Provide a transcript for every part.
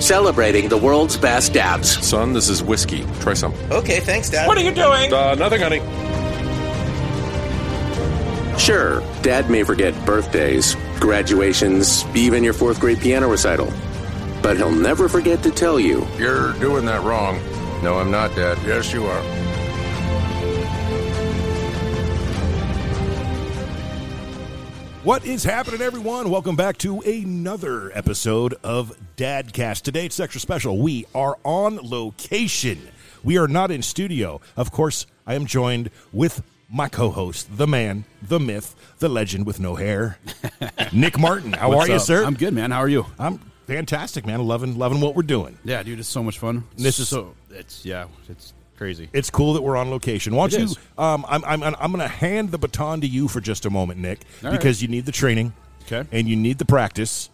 celebrating the world's best dabs. Son, this is whiskey. Try some. Okay, thanks, Dad. What are you doing? Uh, nothing, honey. Sure, Dad may forget birthdays, graduations, even your fourth grade piano recital, but he'll never forget to tell you You're doing that wrong. No, I'm not, Dad. Yes, you are. What is happening, everyone? Welcome back to another episode of Dadcast. Today it's extra special. We are on location. We are not in studio. Of course, I am joined with my co-host, the man, the myth, the legend with no hair, Nick Martin. How What's are you, up? sir? I'm good, man. How are you? I'm fantastic, man. Loving, loving what we're doing. Yeah, dude, it's so much fun. This is- so it's yeah, it's crazy. It's cool that we're on location. Why don't It you? is. Um, I'm, I'm, I'm going to hand the baton to you for just a moment, Nick, All right. because you need the training, Okay. and you need the practice.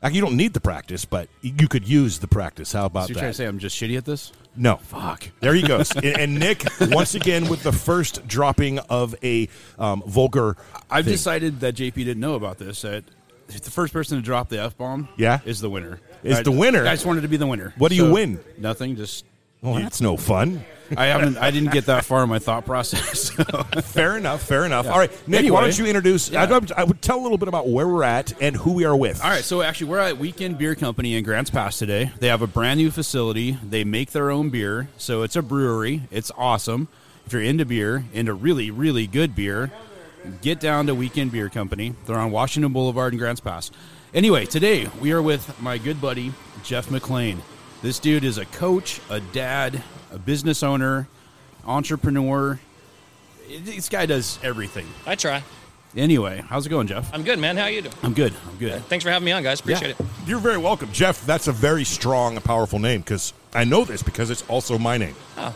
Like, You don't need the practice, but you could use the practice. How about So you're that? trying to say I'm just shitty at this? No. Fuck. There he goes. and, and Nick, once again, with the first dropping of a um, vulgar. I've thing. decided that JP didn't know about this. That if the first person to drop the f bomb, Yeah? is the winner. Is I- the winner? I just wanted to be the winner. What do you win? Nothing. Just Well, that's no fun. I haven't. I didn't get that far in my thought process. so. Fair enough. Fair enough. All right, Nick, why Anyway. don't you introduce? Yeah. I'd love to- I would tell a little bit about where we're at and who we are with. All right, so actually, we're at Weekend Beer Company in Grants Pass today. They have a brand new facility. They make their own beer, so it's a brewery. It's awesome. If you're into beer, into really, really good beer, get down to Weekend Beer Company. They're on Washington Boulevard in Grants Pass. Anyway, today we are with my good buddy Jeff McLean. This dude is a coach, a dad, a business owner, entrepreneur. This guy does everything. I try. Anyway, how's it going, Jeff? I'm good, man. How you doing? I'm good. I'm good. Thanks for having me on, guys. Appreciate it. You're very welcome, Jeff. That's a very strong, powerful name because I know this because it's also my name. Oh,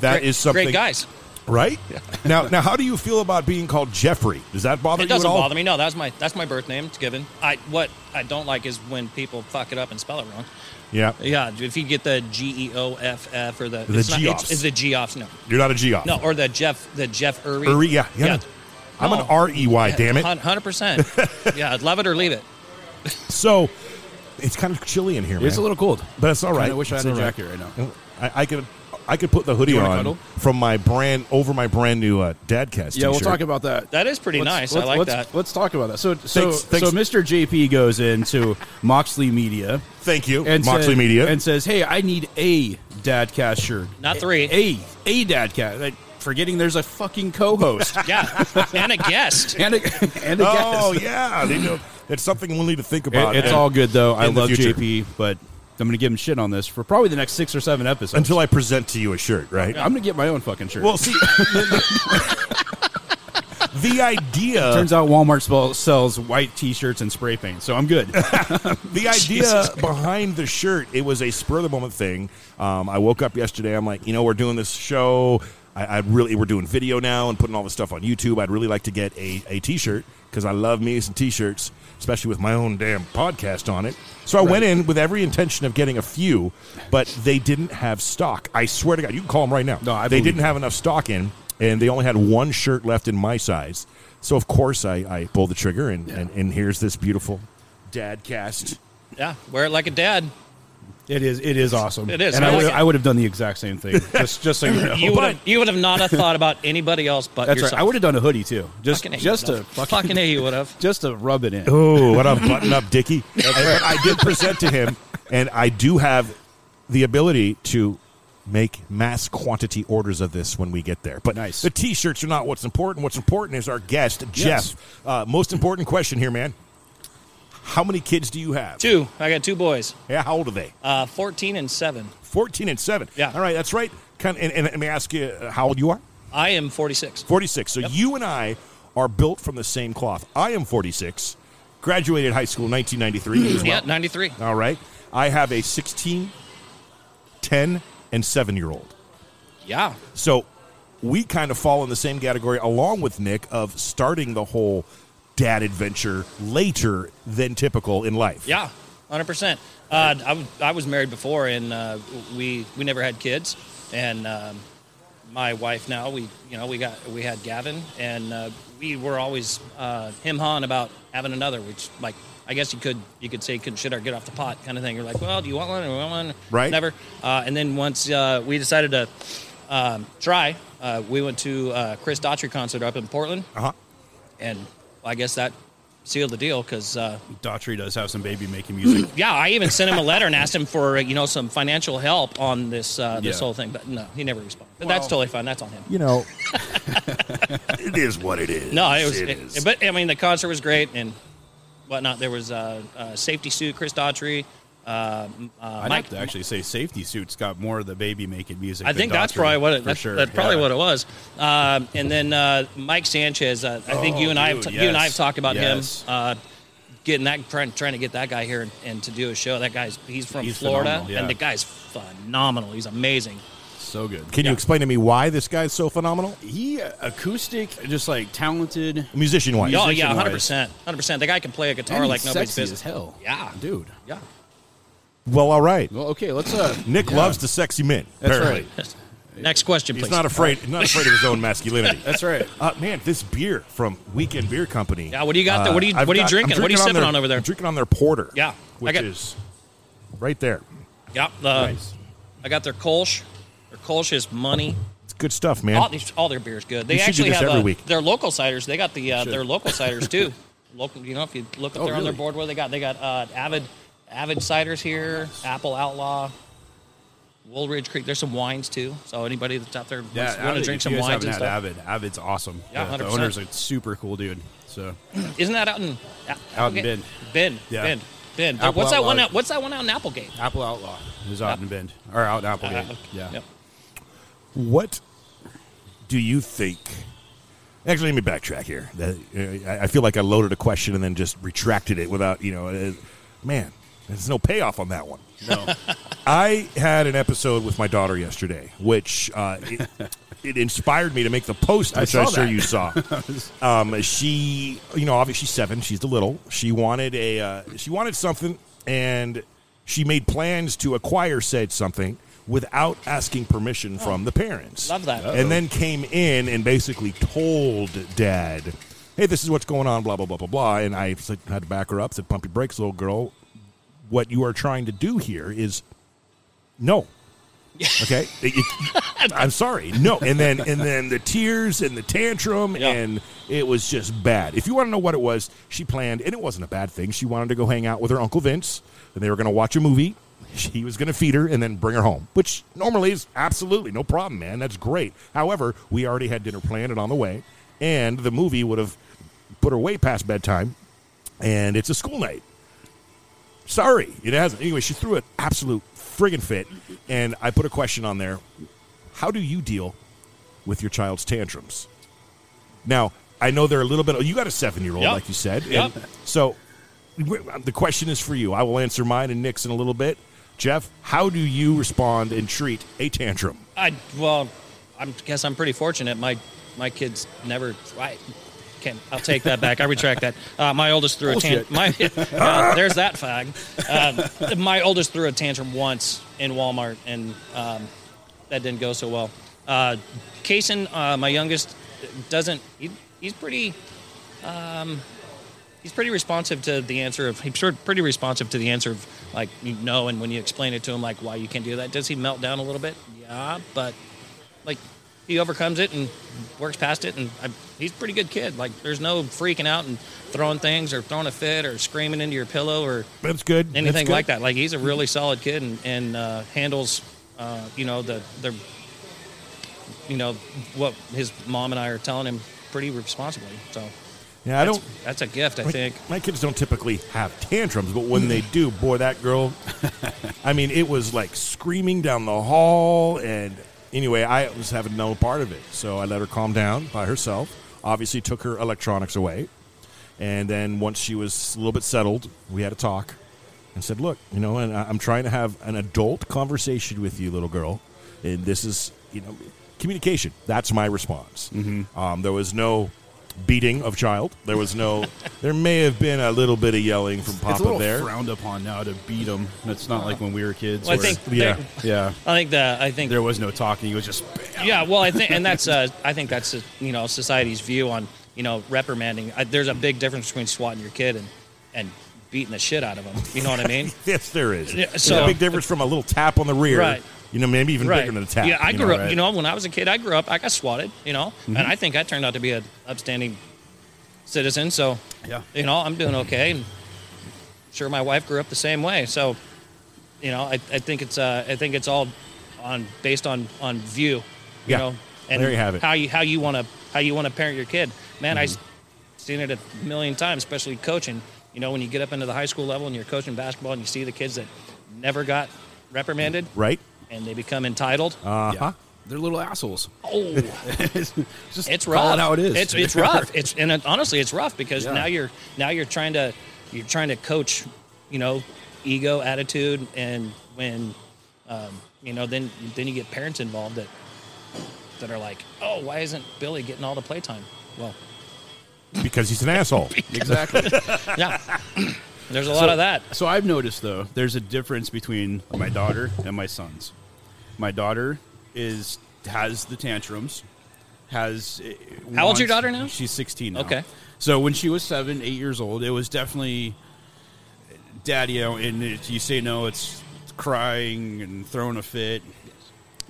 That is great, something, Great guys. right? now, now, how do you feel about being called Jeffrey? Does that bother It you at doesn't all? bother me. No, that's my that's my birth name. It's given. I what I don't like is when people fuck it up and spell it wrong. Yeah, Yeah, if you get the G E O F F or the The it's not- it's- Geoffs. it's the Geoffs. No, you're not a Geoff. no, or the Jeff the Jeff Uri. Uri, yeah, yeah. I'm an No. R E Y. Damn it. Hundred percent. Yeah, love it or leave it. So it's kind of chilly in here, man. It's a little cold, but it's all right. Kinda wish I It's had a all jacket right now. I, I could, I could put the hoodie You wanna on cuddle? from my brand over my brand new uh, Dadcast. Yeah, we'll t-shirt. talk about that. That is pretty nice. I like let's, that. Let's talk about that. So, so, Thanks- thanks. so Mr. JP goes into Moxley Media Thank you, and Moxley said- Media. and says, "Hey, I need a dadcast shirt, Not three. A a dadcast." Like, forgetting there's a fucking co-host Yeah, and a guest. and a, and a oh guest. yeah, they know, it's something we'll need to think It- about. it's And- all good though. I in the love future. JP, but I'm gonna give him shit on this for probably the next six or seven episodes until I present to you a shirt, right? I'm gonna get my own fucking shirt. Well, see, the idea Turns out Walmart spell, sells white T-shirts and spray paint, so I'm good. the idea behind the shirt it was a spur of the moment thing um, i woke up yesterday i'm like you know we're doing this show I, I really we're doing video now and putting all this stuff on youtube i'd really like to get a, a t-shirt because i love me some t-shirts especially with my own damn podcast on it so i went in with every intention of getting a few but they didn't have stock i swear to god you can call them right now No, I they believe didn't you. have enough stock in and they only had one shirt left in my size so of course i, I pulled the trigger and, and, and here's this beautiful dad cast Yeah, wear it like a dad. Oh, It is. It is awesome. It is. And I I, like would. it. I would have done the exact same thing. Just, just so you know. You would have, you would have not have thought about anybody else but That's yourself. right. I would have done a hoodie too. Just, Fucking A, you just would've. to fucking, fucking a, you would have. just to rub it in. Oh, what a button up Dickie. But I did present to him, and I do have the ability to make mass quantity orders of this when we get there. But Nice. the t shirts are not what's important. What's important is our guest, Yes. Jeff. Uh, most important question here, man. How many kids do you have? Two. I got two boys, Yeah, how old are they? uh, fourteen and seven. 14 and 7. Yeah. All right, that's right. Kind and, and let me ask you uh, how old you are? I am forty-six. 46. So you and I are built from the same cloth. I am 46, graduated high school in 1993 as well. Mm-hmm. Yeah, ninety-three. All right. I have a 16, 10, and 7 year old. Yeah, So we kind of fall in the same category, along with Nick, of starting the whole dad adventure later than typical in life. yeah, hundred percent. Uh, I, w- I was married before, and uh, we we never had kids. And um, my wife now, we you know we got we had Gavin, and uh, we were always uh, him hawing about having another, which like. I I guess you could you could say couldn't shit or get off the pot kind of thing. You're like, well, do you want one? Or do you want one? Right. Never. Uh, and then once uh, we decided to um, try, uh, we went to uh, Chris Daughtry concert up in Portland, Uh huh. and I guess that sealed the deal because uh, Daughtry does have some baby making music. yeah, I even sent him a letter and asked him for you know some financial help on this uh, this Yeah. whole thing, but no, he never responded. But that's totally fine. That's on him. You know, it is what it is. No, it was. It It is. but I mean, the concert was great and whatnot. There was uh, uh, safety suit, Chris Daughtry. Uh, m- uh, I'd Mike, have to actually say safety suits got more of the baby making music. I than think that's Daughtry, probably what it. for That's, sure. that's probably Yeah. what it was. Um, and then uh, Mike Sanchez. Uh, I think Oh, you and I, have dude, t- you and I yes. have talked about Yes. him. Uh, Getting that trying, trying to get that guy here and, and to do a show. That guy's he's from He's Florida phenomenal, yeah. and the guy's phenomenal. He's amazing. So good. Can you Yeah. explain to me why this guy's so phenomenal? He uh, acoustic, just like talented. Musician wise. Oh yeah, Musician-wise. hundred percent, hundred percent. The guy can play a guitar and like he's nobody's sexy business. as hell. Yeah. dude. Yeah, Well, all right. Well, okay, let's. uh Nick yeah. loves the sexy men. That's apparently. right. Next question, please. He's not afraid. He's not afraid of his own masculinity. That's right. Uh, man, this beer from Weekend Beer Company. uh, Yeah, what do you got there? What are you- I've what are you got- I'm drinking? What are you sipping their- on over there? I'm drinking on their porter. Yeah, I which got- Uh, is right there. Yep. The, I got their Kolsch. Their Kolsch is money. It's good stuff, man. All, these, all their beer's good. They You should do actually this have every uh, week. their local ciders. They got the uh, should. their local ciders too. Local, you know, if you look up Oh, there on their really? board, what they got? They got uh, Avid, Avid ciders here. Apple Outlaw, Woolridge Creek. There's some wines too. So anybody that's out there Yeah, want to Avid, drink if you some guys wines haven't and had stuff. Avid. Avid's awesome. Yeah, the 100%. owner's a super cool dude. So Isn't that out in out, Out in Bend. Bend, Yeah. Bend, Bend. Apple what's that Outlaw. one? Out, what's that one out in Applegate? Apple Outlaw is out in Bend or out in Uh, Applegate. yeah. Yep. What do you think? Actually, let me backtrack here. That- uh, I I feel like I loaded a question and then just retracted it without, you know, uh, man, there's no payoff on that one. No. I had an episode with my daughter yesterday, which uh, it, it inspired me to make the post, which I, saw sure that. you saw. um, she, you know, obviously she's seven. She's the little. She wanted a. Uh, she wanted something, and she made plans to acquire said something without asking permission from the parents. Oh. Love that. And then came in and basically told dad, "Hey, this is what's going on." Blah blah blah blah blah. And I said- had to back her up. Said, "Pump your brakes, little girl. What you are trying to do here is no. Okay, It- it- I'm sorry, no. And then and then the tears and the tantrum Yeah. and it was just bad. If you want to know what it was, she planned, and it wasn't a bad thing. She wanted to go hang out with her uncle Vince, and they were going to watch a movie. He was going to feed her and then bring her home, which normally is absolutely no problem, man. That's great. However, we already had dinner planned and on the way, and the movie would have put her way past bedtime, and it's a school night. Sorry, it hasn't. Anyway, she threw an absolute friggin' fit, and I put a question on there. How do you deal with your child's tantrums? Now, I know they're a little bit. oh, You got a seven-year-old, Yep. like you said. Yep. and so, w- the question is for you. I will answer mine and Nick's in a little bit. Jeff, how do you respond and treat a tantrum? I well, I guess I'm pretty fortunate. My my kids never. I can I'll take that back. I retract that. Uh, my oldest threw a tantrum. My yeah, there's that fag. Uh, my oldest threw a tantrum once in Walmart, and um, that didn't go so well. Uh, Kaysen, uh, my youngest, doesn't. He, he's pretty. Um, he's pretty responsive to the answer of. He's sort of pretty responsive to the answer of like you know, and when you explain it to him, like why you can't do that. Does he melt down a little bit? Yeah, but like he overcomes it and works past it, and I, he's a pretty good kid. Like there's no freaking out and throwing things or throwing a fit or screaming into your pillow or That's good. That's anything good. like that. Like he's a really solid kid and, and uh, handles, uh, you know, the the, you know, what his mom and I are telling him pretty responsibly. So Yeah, I that's, don't. that's a gift, I My- think. My, kids don't typically have tantrums, but when they do, boy, that girl. I mean, it was like screaming down the hall, and anyway, I was having no part of it, so I let her calm down by herself. Obviously, took her electronics away, and then once she was a little bit settled, we had a talk, and said, "Look, you know, and I- I'm trying to have an adult conversation with you, little girl, and this is, you know, communication. That's my response. Mm-hmm. Um, there was no." Beating of child. There was no. there may have been a little bit of yelling from It's a Papa little there. frowned upon now to beat them. It's not like when we were kids. Well, I where- think yeah. there- Yeah. I think the I think There was no talking. It was just bam. yeah well i think and that's uh, i think that's uh, you know society's view on you know reprimanding I, there's a big difference between swatting your kid and and beating the shit out of them. You know what I mean? Yes, there is. Yeah, There's so- a big difference from a little tap on the rear. Right. You know, maybe even bigger than a tap. Yeah, I you grew know, up. right? Mm-hmm. You know, when I was a kid, I grew up. I got swatted. You know, and I think I turned out to be an upstanding citizen. So, Yeah. you know, I'm doing okay. And sure, my wife grew up the same way. So, you know, I, I think it's uh, I think it's all on based on on view. You Yeah. know, and There you have it. Mm-hmm. How you how you want to how you want to parent your kid. Man, I s seen it a million times, especially coaching. You know, when you get up into the high school level and you're coaching basketball and you see the kids that never got reprimanded Right? and they become entitled. Uh huh. Yeah. They're little assholes. oh, Just it's rough. call it how it is. It's it's rough. It's and it, honestly, it's rough because Yeah. now you're now you're trying to you're trying to coach, you know, ego, attitude, and when, um, you know, then then you get parents involved that that are like, oh, why isn't Billy getting all the playtime? Well, Because he's an asshole. exactly. yeah, there's a lot of that. So I've noticed though, there's a difference between my daughter and my sons. My daughter is has the tantrums, has. eh, How old's your daughter now? She's 16. now. Okay. So when she was seven, eight years old, it was definitely daddy you know, and it, you say no, it's crying and throwing a fit.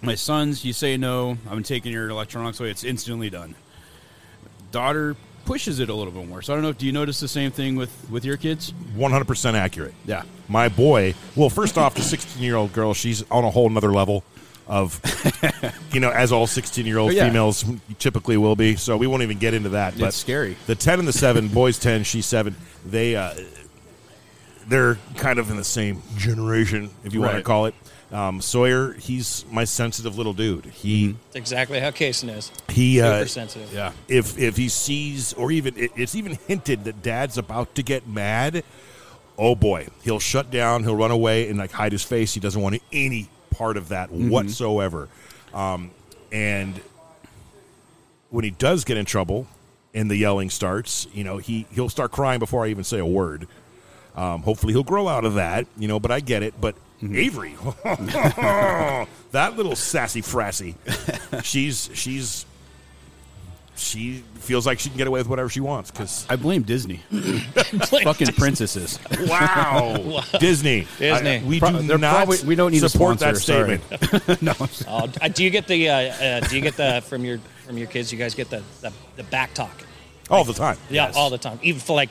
My sons, you say no, I'm taking your electronics away. It's instantly done. Daughter pushes it a little bit more. So I don't know. Do you notice the same thing with with your kids? 100% accurate. Yeah. My boy, well, first off, the 16 year old girl, she's on a whole nother level of, you know, as all 16 year old Oh, yeah. females typically will be. So we won't even get into that. But It's scary. The 10 and the 7, boys 10, she's 7, they, uh, they're kind of in the same generation, if you want to Right. call it. Um, Sawyer, he's my sensitive little dude. He, Mm-hmm. That's exactly how Kason is. he, uh, Super sensitive. Yeah. if if he sees or even it- it's even hinted that dad's about to get mad oh boy he'll shut down he'll run away and like hide his face he doesn't want any part of that whatsoever um, and when he does get in trouble and the yelling starts you know he he'll start crying before i even say a word um, hopefully he'll grow out of that you know but i get it but avery that little sassy frassy she's she's she feels like she can get away with whatever she wants because I blame Disney. Fucking princesses. wow disney Disney. I- we Pro- do they're not probably- we don't need a support that sponsor, statement Oh, d- uh, do you get the uh, uh, do you get the from your from your kids? You guys get the the, the back talk. all the time Yeah, all the time, even for like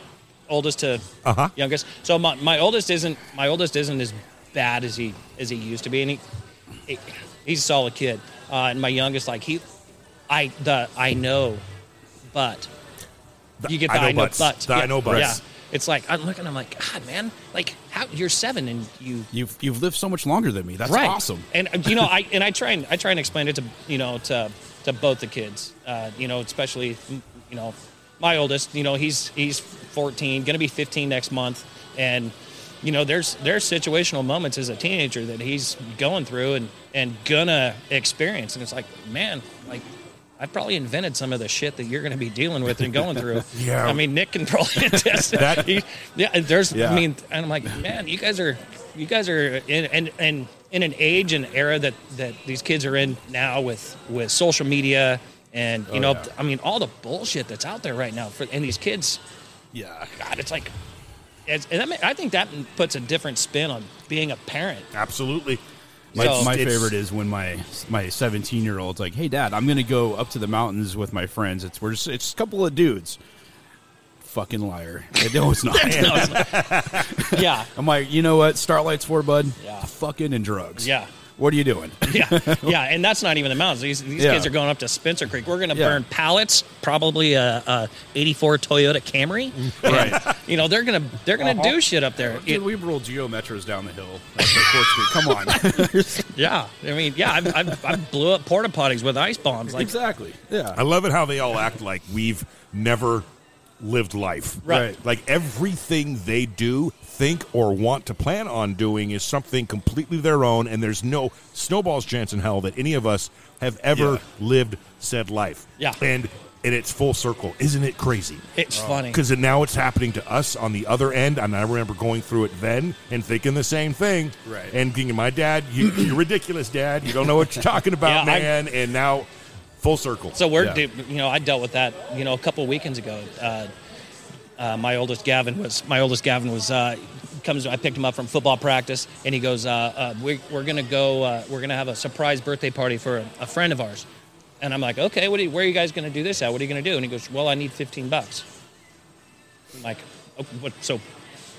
oldest to Uh-huh. youngest. So my, my oldest isn't my oldest isn't as bad as he as he used to be, and he, he he's a solid kid. Uh, and my youngest, like he, I the I know, but you get the I know, buts. but The I know buts. Yeah, it's like I'm looking, I'm like God, man, like how you're seven and you You've you've lived so much longer than me. That's awesome. and uh, you know, I and I try and I try and explain it to you know to to both the kids. Uh, you know, especially mm, you know my oldest. You know, he's he's 14, going to be 15 next month, and you know, there's there's situational moments as a teenager that he's going through and and gonna experience, and it's like, man, like. I've probably invented some of the shit that you're going to be dealing with and going through. Yeah. I mean, Nick can probably attest. That- He- yeah, and there's. Yeah. I mean, and I'm like, man, you guys are, you guys are in and and in an age and era that that these kids are in now with with social media and you know, yeah. I mean, all the bullshit that's out there right now for and these kids, Yeah. God, it's like, it's, and I, mean, I think that puts a different spin on being a parent. absolutely My, So- my It's- favorite is when my my 17 year old's like, "Hey, Dad, I'm gonna go up to the mountains with my friends. It's we're just, it's just a couple of dudes." Fucking liar! No, it's not. Yeah, I'm like, you know what? Starlight's for bud. Yeah. Fucking and drugs. Yeah. What are you doing? yeah, yeah, and that's not even the mountains. These, these Yeah. kids are going up to Spencer Creek. We're going to Yeah. burn pallets, probably a, a '84 Toyota Camry. right. You know, they're gonna they're gonna do shit up there. It- Dude, we roll geo metros down the hill. at Fort Street. Come on. Yeah, I mean, yeah, I've, I've, I blew up porta potties with ice bombs. Like, exactly. Yeah. i love it how they all act like we've never lived life Right. like everything they do think or want to plan on doing is something completely their own and there's no snowball's chance in hell that any of us have ever Yeah. lived said life Yeah. and and it's full circle isn't it crazy it's funny. because now it's happening to us on the other end and i remember going through it then and thinking the same thing Right. and thinking my dad you, you're ridiculous dad you don't know what you're talking about Yeah, I- man and now full circle So we're, Yeah. you know, I dealt with that, you know, a couple weekends ago. Uh, uh, my oldest Gavin was my oldest Gavin was uh, comes. I picked him up from football practice, and he goes, uh, uh, we, "We're gonna go. Uh, we're gonna have a surprise birthday party for a, a friend of ours." And I'm like, "Okay, what? Are you, where are you guys gonna do this at? What are you gonna do?" And he goes, "Well, I need 15 bucks." I'm like, oh, what, so,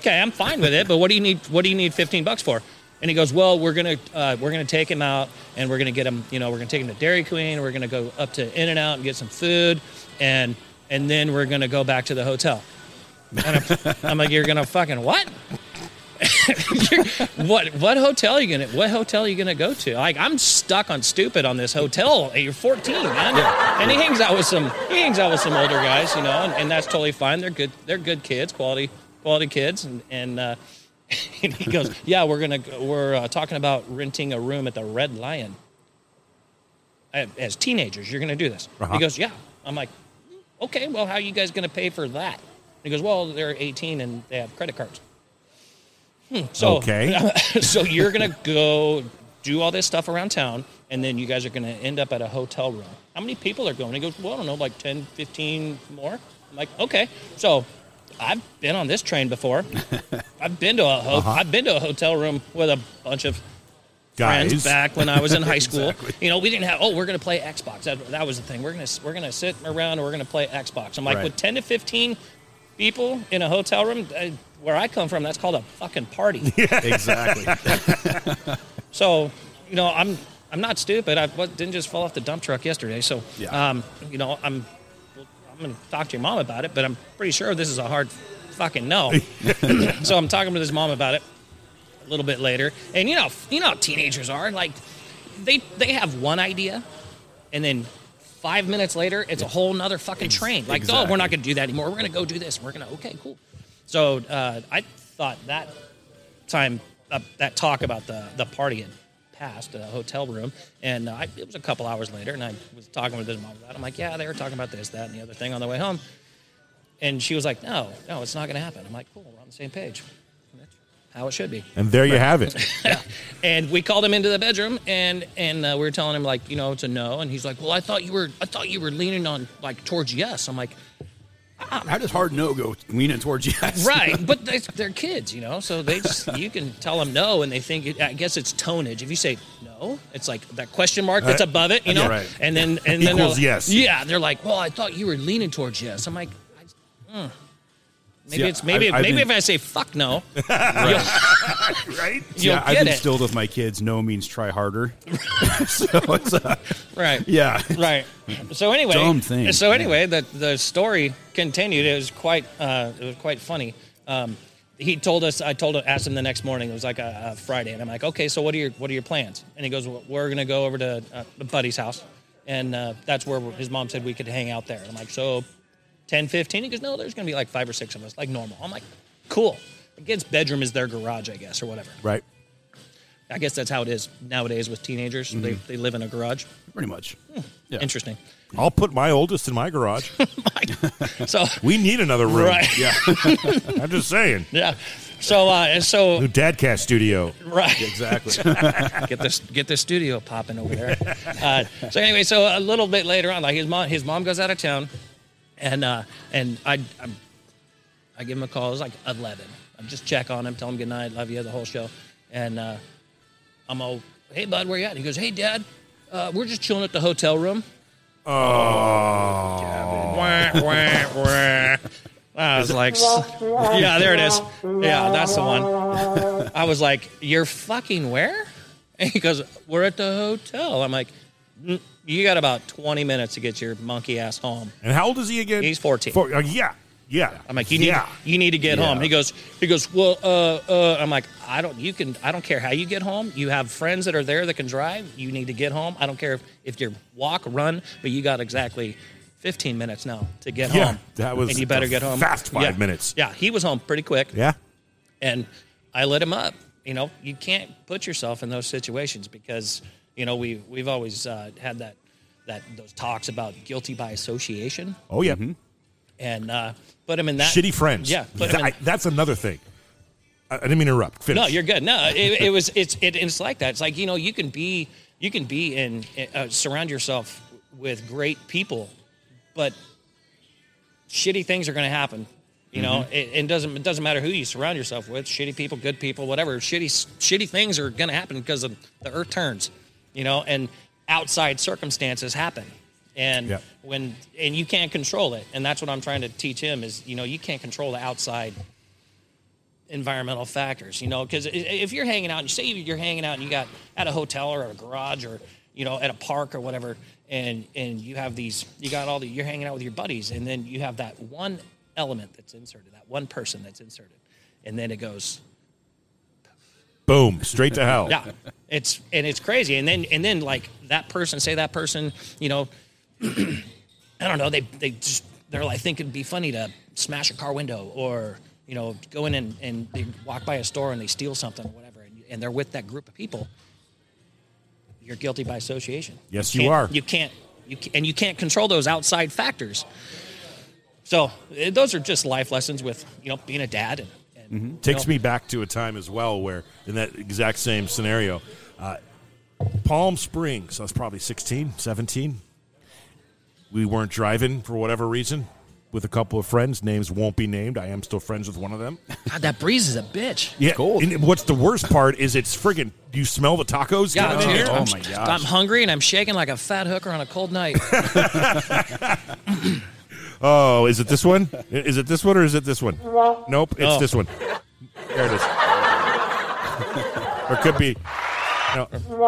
okay, I'm fine with it, but what do you need? What do you need 15 bucks for? And he goes, well, we're gonna uh, we're gonna take him out, and we're gonna get him. You know, we're gonna take him to Dairy Queen. We're gonna go up to In and Out and get some food, and and then we're gonna go back to the hotel. And I'm, I'm like, you're gonna fucking what? You're- what what hotel are you gonna what hotel are you gonna go to? Like I'm stuck on stupid on this hotel. You're 14, man, and he hangs out with some he hangs out with some older guys, you know, and, and that's totally fine. They're good they're good kids, quality quality kids, and and, uh, and he goes, yeah, we're gonna go- we're uh, talking about renting a room at the Red Lion. I- As teenagers, you're gonna do this. He goes, yeah. I'm like, okay, well, how are you guys gonna pay for that? He goes, well, they're 18 and they have credit cards. Hmm, so Okay. so you're gonna go do all this stuff around town and then you guys are gonna end up at a hotel room how many people are going he goes well i don't know like 10 15 more i'm like okay so i've been on this train before i've been to a ho- i've been to a hotel room with a bunch of guys. friends back when I was in high school. You know, we didn't have. Oh, we're gonna play Xbox. That, that was the thing. We're gonna we're gonna sit around and we're gonna play Xbox. I'm like, Right. with ten to fifteen people in a hotel room, uh, where I come from, that's called a fucking party. exactly. So, you know, I'm I'm not stupid. I what, didn't just fall off the dump truck yesterday. So, Yeah. um, you know, I'm I'm gonna talk to your mom about it, but I'm pretty sure this is a hard fucking no. so I'm talking to his mom about it a little bit later, and you know, you know, how teenagers are like they they have one idea, and then. Five minutes later, it's a whole nother fucking train. Like, oh, we're not going to do that anymore. We're going to go do this. We're going to, okay, cool. So uh, I thought that time uh, that talk about the the party had passed a hotel room, and uh, I, it was a couple hours later, and I was talking with his mom about. It. I'm like, yeah, they were talking about this, that, and the other thing on the way home, and she was like, no, no, it's not going to happen. I'm like, cool, we're on the same page. And that's How it should be, And there you have it. and we called him into the bedroom, and and uh, we were telling him like, you know, it's a no, and he's like, well, I thought you were, I thought you were leaning on like towards yes. I'm like, How does hard no go leaning towards yes? right but they, they're kids you know so they just you can tell them no and they think it, i guess it's tonage if you say no it's like that question mark that's Right. above it you know Uh, right. and then and then they're Equals like- yes. yeah they're like well i thought you were leaning towards yes i'm like I, mm. maybe Yeah, it's maybe I- I've maybe been- if i say fuck no right? yeah, you'll get I've it instilled with my kids no means try harder. so it's uh, right yeah, right. So anyway, Dumb thing. So anyway, the the story continued. It was quite uh, it was quite funny. Um, he told us. I told him. Asked him the next morning. It was like a, a Friday, and I'm like, okay, so what are your what are your plans? And he goes, well, we're gonna go over to uh, a buddy's house, and uh, that's where his mom said we could hang out there. And I'm like, so 10, 15? He goes, no, there's gonna be like five or six of us, like normal. I'm like, cool. The kid's bedroom is their garage, I guess, or whatever. Right. I guess that's how it is nowadays with teenagers. They, they live in a garage. pretty much. Mm-hmm. Yeah. Interesting. I'll put my oldest in my garage. So We need another room. Right. Yeah. I'm just saying. Yeah. So uh so New Dadcast studio. right Exactly. get this get this studio popping over there. Uh, so anyway, so a little bit later on, like his mom his mom goes out of town, and uh and I i I give him a call. It was like eleven. I just check on him, tell him good night, love you, the whole show, and uh, I'm all hey bud, where you at? And he goes hey dad, uh, we're just chilling at the hotel room. Oh. Wah, wah, wah. I was like, yeah, there it is. Yeah, that's the one. I was like, you're fucking where? And he goes, we're at the hotel. I'm like, "Mm, you got about 20 minutes to get your monkey ass home. And how old is he again? He's 14. Four, uh, yeah. Yeah. I'm like, you need, yeah. you need to get Yeah. home. He goes, he goes, well, uh, uh, I'm like, I don't, you can, I don't care how you get home. You have friends that are there that can drive. You need to get home. I don't care if, if you walk, run, but you got exactly 15 minutes now to get Yeah, home. that was and you better a get home fast five Yeah. minutes. Yeah, he was home pretty quick Yeah. and I lit him up. You know, you can't put yourself in those situations because you know we we've always uh, had that that those talks about guilty by association, Oh, yeah. and uh, put him in that Shitty friends. Mm-hmm. Yeah, put him Th- in, I- that's another thing. I, I didn't mean to interrupt. Finish. no, you're good. No, it, it was it's it, it's like that. It's like you know you can be you can be in uh, surround yourself with great people, but shitty things are going to happen You know, it, it doesn't it doesn't matter who you surround yourself with, shitty people, good people, whatever. Shitty shitty things are going to happen because of the earth turns, you know, and outside circumstances happen. And Yeah. when and you can't control it. And that's what I'm trying to teach him is, you know, you can't control the outside environmental factors, you know, because if you're hanging out and say you're hanging out and you got at a hotel or a garage or you know at a park or whatever, and and you have these, you got all the, you're hanging out with your buddies, and then you have that one element that's inserted, that one person that's inserted, and then it goes, Boom, straight to hell. yeah, it's and it's crazy, and then and then like that person, say that person, you know, I don't know, they they just they're like think it'd be funny to smash a car window or you know go in and, and they walk by a store and they steal something or whatever, and, and they're with that group of people. You're guilty by association. Yes, you can't- are. You can't you ca- and you can't control those outside factors. So eh, those are just life lessons with you know being a dad and. and takes me back to a time as well where in that exact same scenario uh, palm springs i was probably 16 17 we weren't driving for whatever reason with a couple of friends names won't be named i am still friends with one of them God, that breeze is a bitch. yeah and what's the worst part is it's friggin' do you smell the tacos Yeah, coming in dude, here? I'm, Oh my gosh. I'm hungry and I'm shaking like a fat hooker on a cold night. oh is it this one is it this one or is it this one nope it's Oh. this one there it is or could be no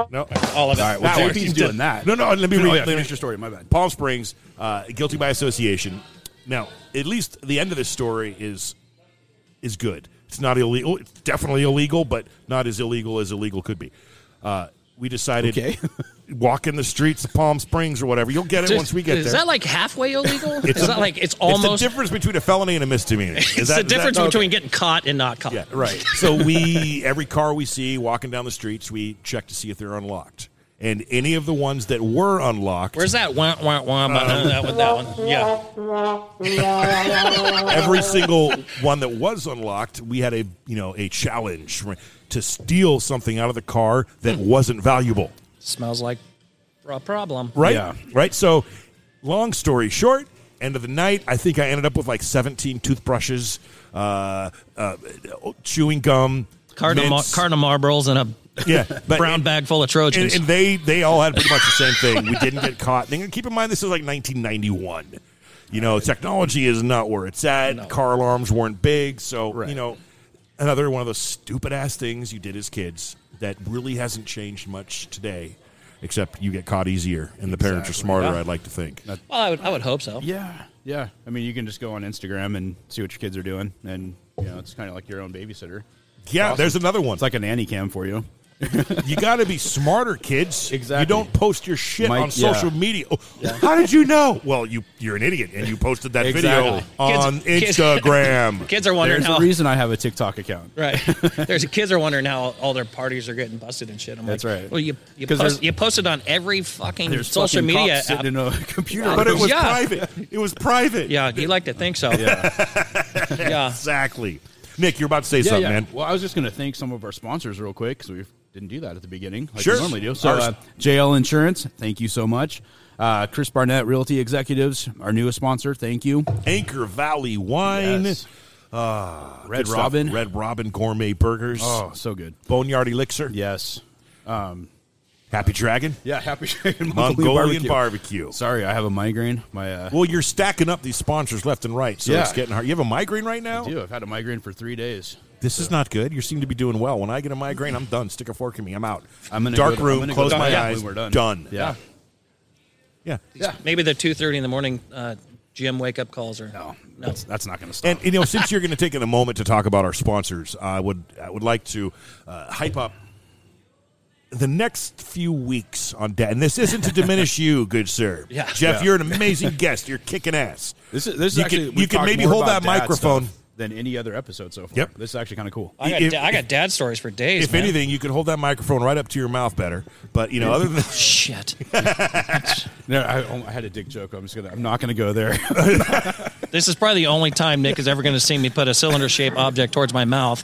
no All of it. right, well, That JP's one. doing that. no no let me read Oh, yeah, let me- finish your story. My bad. Palm Springs, uh, guilty by association. Now, at least the end of this story is is good. It's not illegal. It's definitely illegal, but not as illegal as illegal could be. Uh, we decided Okay. walk in the streets of Palm Springs or whatever. You'll get it Is- once we get is there. that like halfway illegal? It's is a- that like it's It's almost? the difference between a felony and a misdemeanor. Is that- it's the is that- difference okay. between getting caught and not caught. Yeah, right. So we every car we see walking down the streets, we check to see if they're unlocked. And any of the ones that were unlocked, Where's that? Wah, wah, wah, but none of that with that one. Yeah. every single one that was unlocked, we had a you know a challenge to steal something out of the car that wasn't valuable. Smells like a problem. Right, Yeah. right. So, long story short, end of the night, I think I ended up with like seventeen toothbrushes, uh, uh, chewing gum, Cardinal, Mar- mints. Cardinal Marlboros and a yeah, but- brown bag full of Trojans. and, and they they all had pretty much the same thing. We didn't get caught. And keep in mind, this is like 1991. You know, technology is not where it's at. No. Car alarms weren't big, so you know, another one of those stupid ass things you did as kids that really hasn't changed much today, except you get caught easier and the parents are smarter. I'd like to think. well, I would, I would hope so. Yeah, yeah. I mean, you can just go on Instagram and see what your kids are doing, and you know, it's kind of like your own babysitter. yeah, awesome. there's another one. It's like a nanny cam for you. you got to be smarter, kids. Exactly. You don't post your shit Mike, on social yeah. media. Oh, How did you know? Well, you you're an idiot, and you posted that video Exactly. on Kids- kids- Instagram. Kids are wondering There's how. a reason I have a TikTok account. Right. There's kids are wondering how all their parties are getting busted and shit. I'm That's like, right. Well, you you, 'Cause post, there's- you posted on every fucking There's social fucking cops media app. sitting in a computer. but it was Yeah. private. It was private. Yeah, you like to think so. Yeah. yeah. Exactly. Nick, you're about to say something, man. Well, I was just going to thank some of our sponsors real quick because we didn't do that at the beginning like Sure. we normally do. So, Ours- uh, JL Insurance, thank you so much. Uh, Chris Barnett Realty Executives, our newest sponsor, thank you. Anchor Valley Wine. Yes. Red Ah, Good stuff. Robin. Red Robin Gourmet Burgers. Oh, so good. Boneyard Elixir. Yes. Happy Dragon. Yeah, happy Mongolian barbecue. Sorry, I have a migraine. My uh, Well, you're stacking up these sponsors left and right, so Yeah. it's getting hard. You have a migraine right now? dude, I've had a migraine for three days. This is not good. You seem to be doing well. When I get a migraine, I'm done. Stick a fork in me. I'm out. I'm gonna dark go to- I'm room. gonna go close to my bed eyes. when we're done. Yeah. Yeah. Yeah. Maybe the two thirty in the morning uh, gym wake up calls are. No, Oh, that's that's not going to stop. And you know, since you're going to take in a moment to talk about our sponsors, I would I would like to uh, hype up the next few weeks on Dad. And this isn't to diminish you, good sir. Yeah. Jeff, Yeah. you're an amazing guest. You're kicking ass. this is this is you actually can, we've you can talked maybe more hold about that dad microphone. stuff than any other episode so far. Yep. This is actually kind of cool. I got, If- da- I got dad stories for days. If man. anything, you could hold that microphone right up to your mouth better. But you know, other than shit. No, I, I had a dick joke. I'm just gonna. I'm not gonna go there. This is probably the only time Nick is ever going to see me put a cylinder shaped object towards my mouth.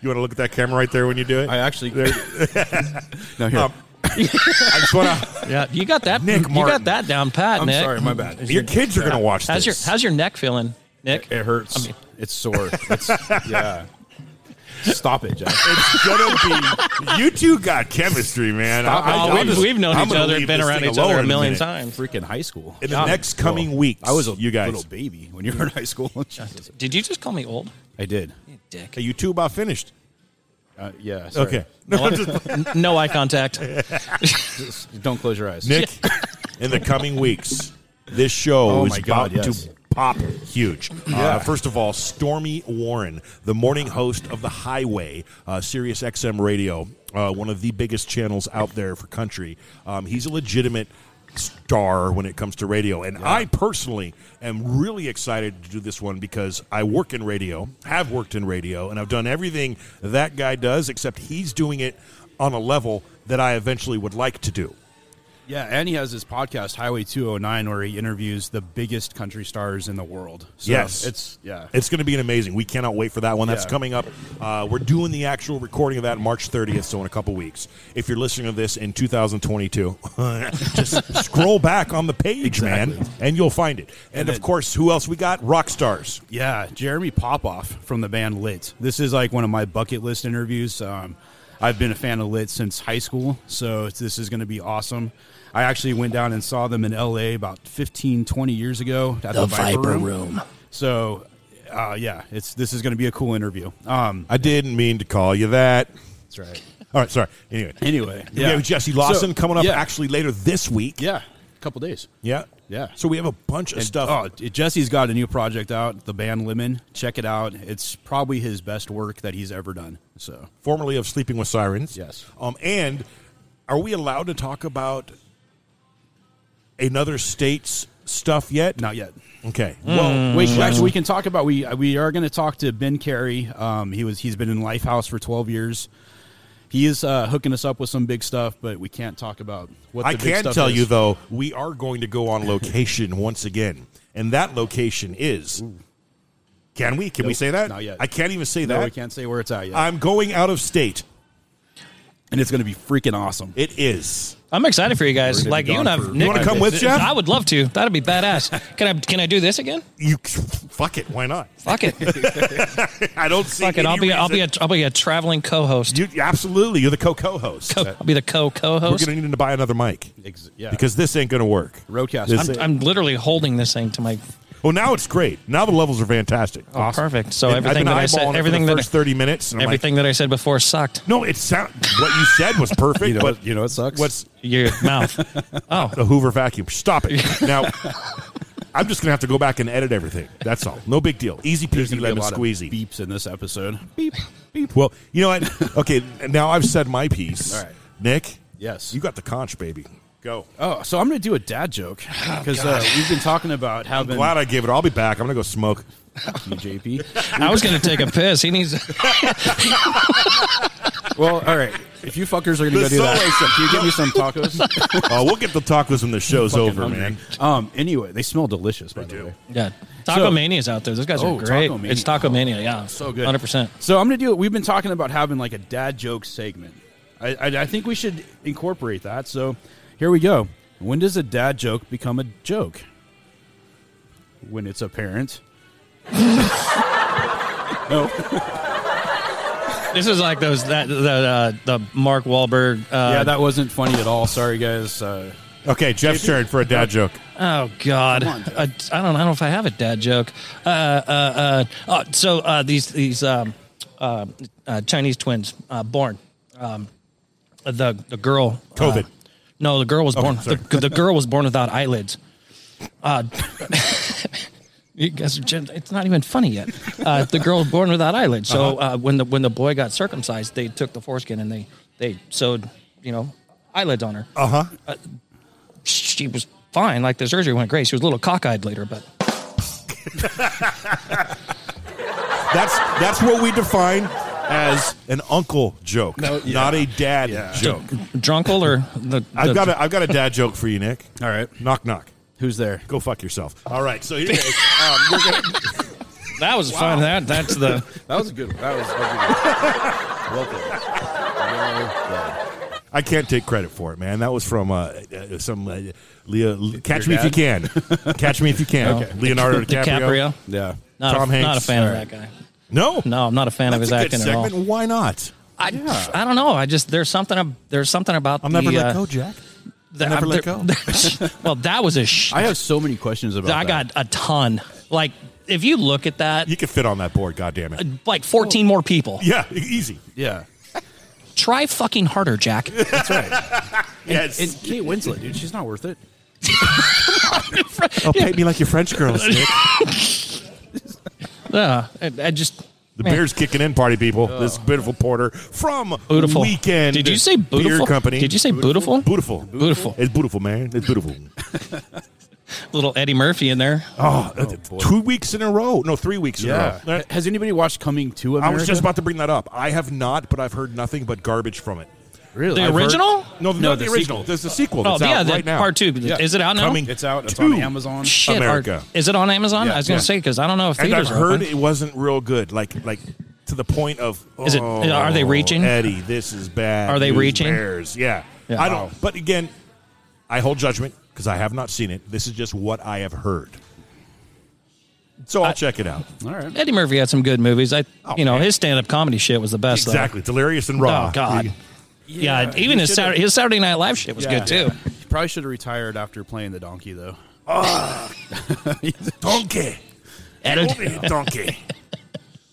you want to look at that camera right there when you do it. I actually. no here. Um, I just want to. Yeah, you got that. Nick you Martin. got that down pat, I'm Nick. sorry. My bad. Your kids are going to watch How's your this. How's your neck feeling? Nick? It hurts. I mean- it's sore. It's, yeah. Stop it, Jack. It's gonna be. You two got chemistry, man. Stop it. I'll Oh, we've, just- we've known I'm each gonna other, leave been this around thing each other alone a in million minute. times. Freaking high school. In the next coming weeks, I was a you guys. little baby when you were in high school. Jesus. Did you just call me old? I did. You dick. Hey, you two about finished. Uh, yeah. sorry. Okay. No, I'm just, no eye contact. Just don't close your eyes. Nick, in the coming weeks, this show Oh is my God, about yes. to pop huge. Uh, first of all, Stormy Warren, the morning host of The Highway, uh, Sirius XM Radio, uh, one of the biggest channels out there for country. Um, he's a legitimate star when it comes to radio. And I personally am really excited to do this one because I work in radio, have worked in radio, and I've done everything that guy does, except he's doing it on a level that I eventually would like to do. Yeah, and he has his podcast Highway 209 where he interviews the biggest country stars in the world. So yes, it's yeah. it's going to be an amazing. We cannot wait for that one. That's Yeah. coming up. Uh, we're doing the actual recording of that March 30th, so in a couple weeks. If you're listening to this in 2022, just scroll back on the page, man, Exactly. and you'll find it. And, And of it- course, who else we got? Rock stars. Yeah, Jeremy Popoff from the band Lit. This is like one of my bucket list interviews. Um, I've been a fan of Lit since high school, so it's- this is going to be awesome. I actually went down and saw them in LA about 15, 20 years ago at the, Viper, room. So, uh, yeah, it's this is going to be a cool interview. Um, I didn't mean to call you that. that's right. All right, sorry. Anyway, Anyway, we have Jesse Lawson So, coming up yeah, actually later this week. Yeah, a couple days. yeah, Yeah. So we have a bunch of And, stuff. Oh, J- Jesse's got a new project out, the band Lemon. Check it out. It's probably his best work that he's ever done. So formerly of Sleeping with Sirens. Yes. Um, and are we allowed to talk about another state's stuff yet? not Mm. yet. Okay. Well, wait. Actually, we can talk about we we are going to talk to Ben Carey. Um, he was he's been in Lifehouse for twelve years. He is uh, hooking us up with some big stuff, but we can't talk about what the I big can stuff tell is. you though, we are going to go on location once again, and that location is. Can we? Can we Nope, say that? not yet. I can't even say No, that. we can't say where it's at yet, I'm going out of state. and it's going to be freaking awesome. It is. I'm excited for you guys. gonna Like be you and gone I've. for- Nick, You wanna come with, Jeff? I would love to. That'd be badass. Can I? Can I do this again? You fuck it. Why not? Fuck it. I don't see. Fuck it. any I'll be. I'll be. A, reason- I'll be a traveling co-host. you absolutely. You're the co-co-host. Co- I'll be the We're co-co-host. gonna need to buy another mic Ex- yeah. because this ain't gonna work. Roadcast. This I'm- ain't- I'm literally holding this thing to my. Well, now it's great. Now the levels are fantastic. Oh, perfect. So And I've everything been that I eyeballing it said, for everything the that first thirty minutes, and I'm like, everything that I said before sucked. no, it sound what you said was perfect. You know but what- you know what sucks? What's Your mouth. Oh, the Hoover vacuum? Stop it now. I'm just gonna have to go back and edit everything. That's all. No big deal. Easy peasy there's going to be lemon a lot squeezy. of beeps in this episode. Well, you know what? Okay, now I've said my piece. All right. Nick. Yes. You got the conch, baby. Go. Oh, so I'm going to do a dad joke because uh, we've been talking about having Glad I gave it. I'll be back. I'm gonna go smoke. you, JP. I was going to take a piss. He needs. Well, all right. If you fuckers are going to The go do that, solo can you give me some tacos? Oh, we'll get the tacos when the show's Fucking over, hungry. man. Um. Anyway, they smell delicious. By the way. Yeah, Taco So- Mania's out there. Those guys Oh, are great. Taco Mania. It's Taco Mania. Yeah, So good. Hundred percent. So I'm going to do it. We've been talking about having like a dad joke segment. I, I, I think we should incorporate that. So here we go. When does a dad joke become a joke? When it's apparent. no. This is like those that the uh, the Mark Wahlberg. Yeah, Uh, that wasn't funny at all. Sorry, guys. Uh, Okay, Jeff's turn for a dad joke. oh God, Come on, Jeff. I, I don't I don't know if I have a dad joke. Uh, uh, uh, oh, so uh, these these um, uh, uh, Chinese twins uh, born. Um, the the girl uh, COVID. no, the girl was born. Oh, sorry. The, the girl was born without eyelids. Uh, you guys are gen- it's not even funny yet. Uh, the girl was born without eyelids. So Uh-huh. uh, when the when the boy got circumcised, they took the foreskin and they they sewed you know eyelids on her. Uh-huh. She was fine. Like the surgery went great. She was a little cockeyed later, but Ah. That's that's what we define as an uncle joke, not a dad joke. drunkle or the, the- I've got a I've got a dad joke for you, Nick. all right. Knock knock. Who's there? Go fuck yourself. All right. So here, um, we're gonna, that was fun. That that's the That was a good one. That was a good one. Well done. Well done. I can't take credit for it, man. That was from uh, uh, some uh, Leo. Catch Your me if you can. Catch me if you can. Okay. Leonardo DiCaprio. DiCaprio. Yeah. Not, Tom a, Hanks. not a fan All of that guy. No, No, I'm not a fan That's of his a good acting at segment. all. Why not? I, I don't know. I just there's something ab- there's something about I'll the, never uh, let go, Jack. the- never let I'm- well, that was a sh- I have so many questions about. I that. got a ton. Like if you look at that, You could fit on that board. God damn it. like 14 more people. Yeah, e- easy. yeah. Try fucking harder, Jack. That's right. Yes. And Kate Winslet, dude, she's not worth it. oh, paint me like your French girls. Nick. Uh, I, I just The man. Oh. beer's kicking in, party people. This beautiful porter from Beautiful Weekend. Did you say beautiful? Beer Company. Did you say beautiful? beautiful? Beautiful. It's beautiful, man. It's beautiful. Little Eddie Murphy in there. Oh, two weeks in a row. No, three weeks in a row. Ha- Has anybody watched Coming to I America? was just about to bring that up. I have not, but I've heard nothing but garbage from it. really. The I've heard- original? No, No, not the, the original. sequel. There's a sequel Oh that's yeah, out that right now. part two. Is it out now? Coming It's out. It's on Two. Amazon. Shit, are- America. is it on Amazon? Yeah, I was gonna yeah. say because I don't know if And I've theaters are heard open. it wasn't real good. Like, like to the point of. Is it- oh, are they reaching? Eddie, this is bad. Are they news reaching? bears. Yeah. Yeah. I don't. But again, I hold judgment because I have not seen it. This is just what I have heard. So I'll check it out. All right. Eddie Murphy had some good movies. I, Oh, you know, man. his stand-up comedy shit was the best. though. Exactly, delirious and raw. Oh God. Yeah, Yeah, even he his should've- Saturday, his Saturday Night Live shit was Yeah. good too. He probably should have retired after playing the donkey, though. donkey, Eddie- Over here, donkey.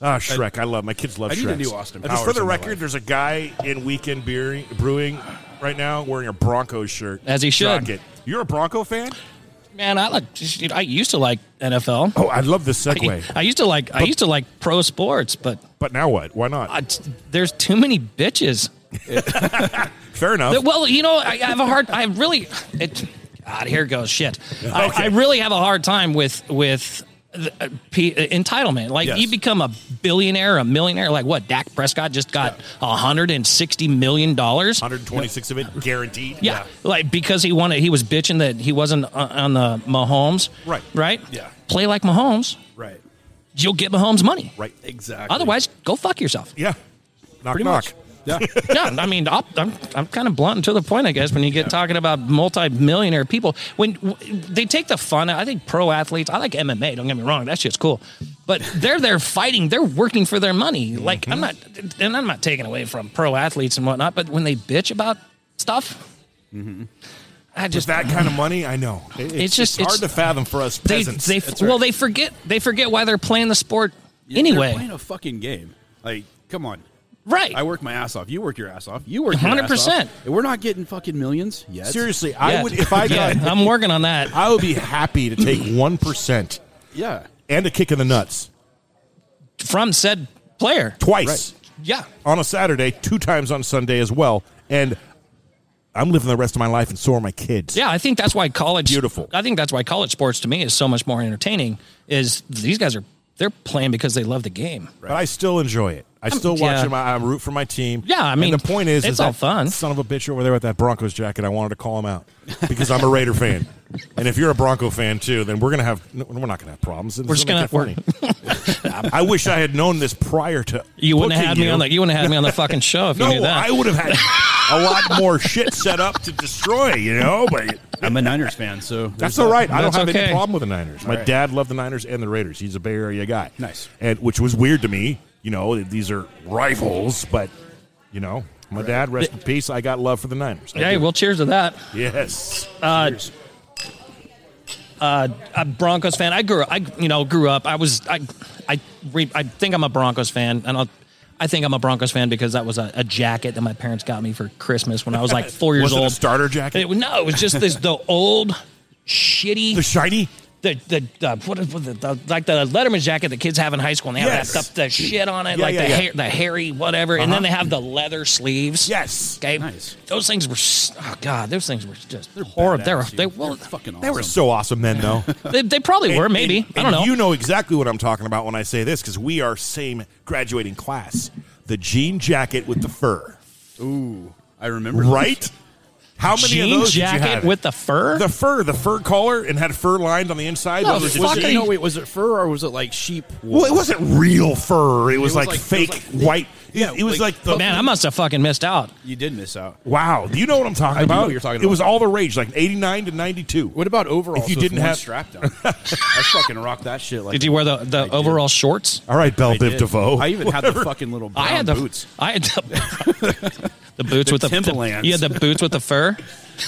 Ah, Shrek. I love my kids. Love I Shrek. need to do Austin And just for Powers the in my record, life. there's a guy in Weekend Beer, Brewing right now wearing a Broncos shirt. As he should. Rock it. You're a Bronco fan? Man, I like. I used to like NFL. Oh, I love this segue. I used to like. I used to like pro sports, but but now what? Why not? I, there's too many bitches. Fair enough. Well, you know, I, I have a hard. I really. It, God, here goes shit. I, Okay. I really have a hard time with with the, uh, P, uh, entitlement. Like Yes. you become a billionaire, a millionaire. Like what? Dak Prescott just got 160 million dollars. 126 of it guaranteed. Yeah. like because he wanted, he was bitching that he wasn't on- on the Mahomes. Right. Right. Yeah. Play like Mahomes. Right. You'll get Mahomes money. Right. Exactly. Otherwise, go fuck yourself. Yeah. Knock pretty knock. much. Yeah. no, I mean, I'll, I'm, I'm kind of blunt and to the point, I guess, when you get talking about multi-millionaire people. When w- they take the fun, out- I think pro athletes, I like MMA, don't get me wrong, that shit's cool. But they're there fighting, they're working for their money. Like, I'm not, and I'm not taking away from pro athletes and whatnot, but when they bitch about stuff, I Just just, that kind of money, I know. It- It's just- hard it's- to fathom for us they, peasants. they, That's well, right. they forget, they forget why they're playing the sport They're anyway. playing a fucking game. Like, come on. Right. I work my ass off. You work your ass off. You work your 100%. ass off. And we're not getting fucking millions yet. Seriously, Yeah. I would if I yeah, got I'm working on that. I would be happy to take 1% Yeah. and a kick in the nuts From said player. twice Yeah. on a Saturday, two times on Sunday as well. And I'm living the rest of my life, and so are my kids. Yeah, I think that's why college Beautiful. I think that's why college sports to me is so much more entertaining. Is these guys are they're playing because they love the game. But I still enjoy it. I still watch yeah. them. I I root for my team. Yeah, I And mean, the point is, it's is all that fun. Son of a bitch over there with that Broncos jacket. I wanted to call him out because I'm a Raider fan, and if you're a Bronco fan too, then we're gonna have no, we're not gonna have problems. We're just funny. I wish I had known this prior to You wouldn't have had booking me you. on the you wouldn't have had me on the fucking show if you knew No, that. I would have had a lot more shit set up to destroy. You know, but I'm a Niners fan, so there's That's all that. right. I don't That's have any okay. problem with the Niners. My right. dad loved the Niners and the Raiders. He's a Bay Area guy. Nice. And which was weird to me. You know, that these are rivals, but you know, my dad, rest in peace. I got love for the Niners. I Hey, do. well, uh, cheers to that. yes. A Broncos fan. I grew up. I you know grew up. I was I I re, I think I'm a Broncos fan, and I'll, I think I'm a Broncos fan because that was a, a jacket that my parents got me for Christmas when I was like four years Was it a old. starter jacket? It- no, it was just this the old shitty the shiny. the the, the what is what the, the like the Letterman jacket the kids have in high school, and they have Yes. that stuff, the shit on it, Yeah, like yeah, the yeah. Uh-huh. hair, the hairy whatever, and then they have the leather sleeves. Yes. Okay. Nice. Those things were s- oh god, those things were just horrible. They're, Badass, dude. they well, They're fucking awesome. They were so awesome then, though. they, they probably were And- maybe and- I don't and know. You know exactly what I'm talking about when I say this because we are same graduating class. The jean jacket with the fur, Ooh, I remember. right? How many jean of those jacket did you have? with the fur. the fur, the fur collar, and had fur lined on the inside. No, Those the are just- fuck are it, you- no, wait, was it fur or was it like sheep? wool? well, it wasn't real fur. It was, like, like- it was fake like thick. white. Yeah, it was like- like, the Man, I must have fucking missed out. You did miss out. wow. Do you know what I'm talking I do know about? what you're talking It was about. all the rage, like '89 to '92. What about overalls? If you with didn't one have- strap down, I fucking rocked that shit. Like Did you wear the, the overall shorts? All right, Belle I did. Biv DeVoe. I even had the fucking little brown I had the boots. I had the, the boots with the, the Timberlands. you had the boots with the fur.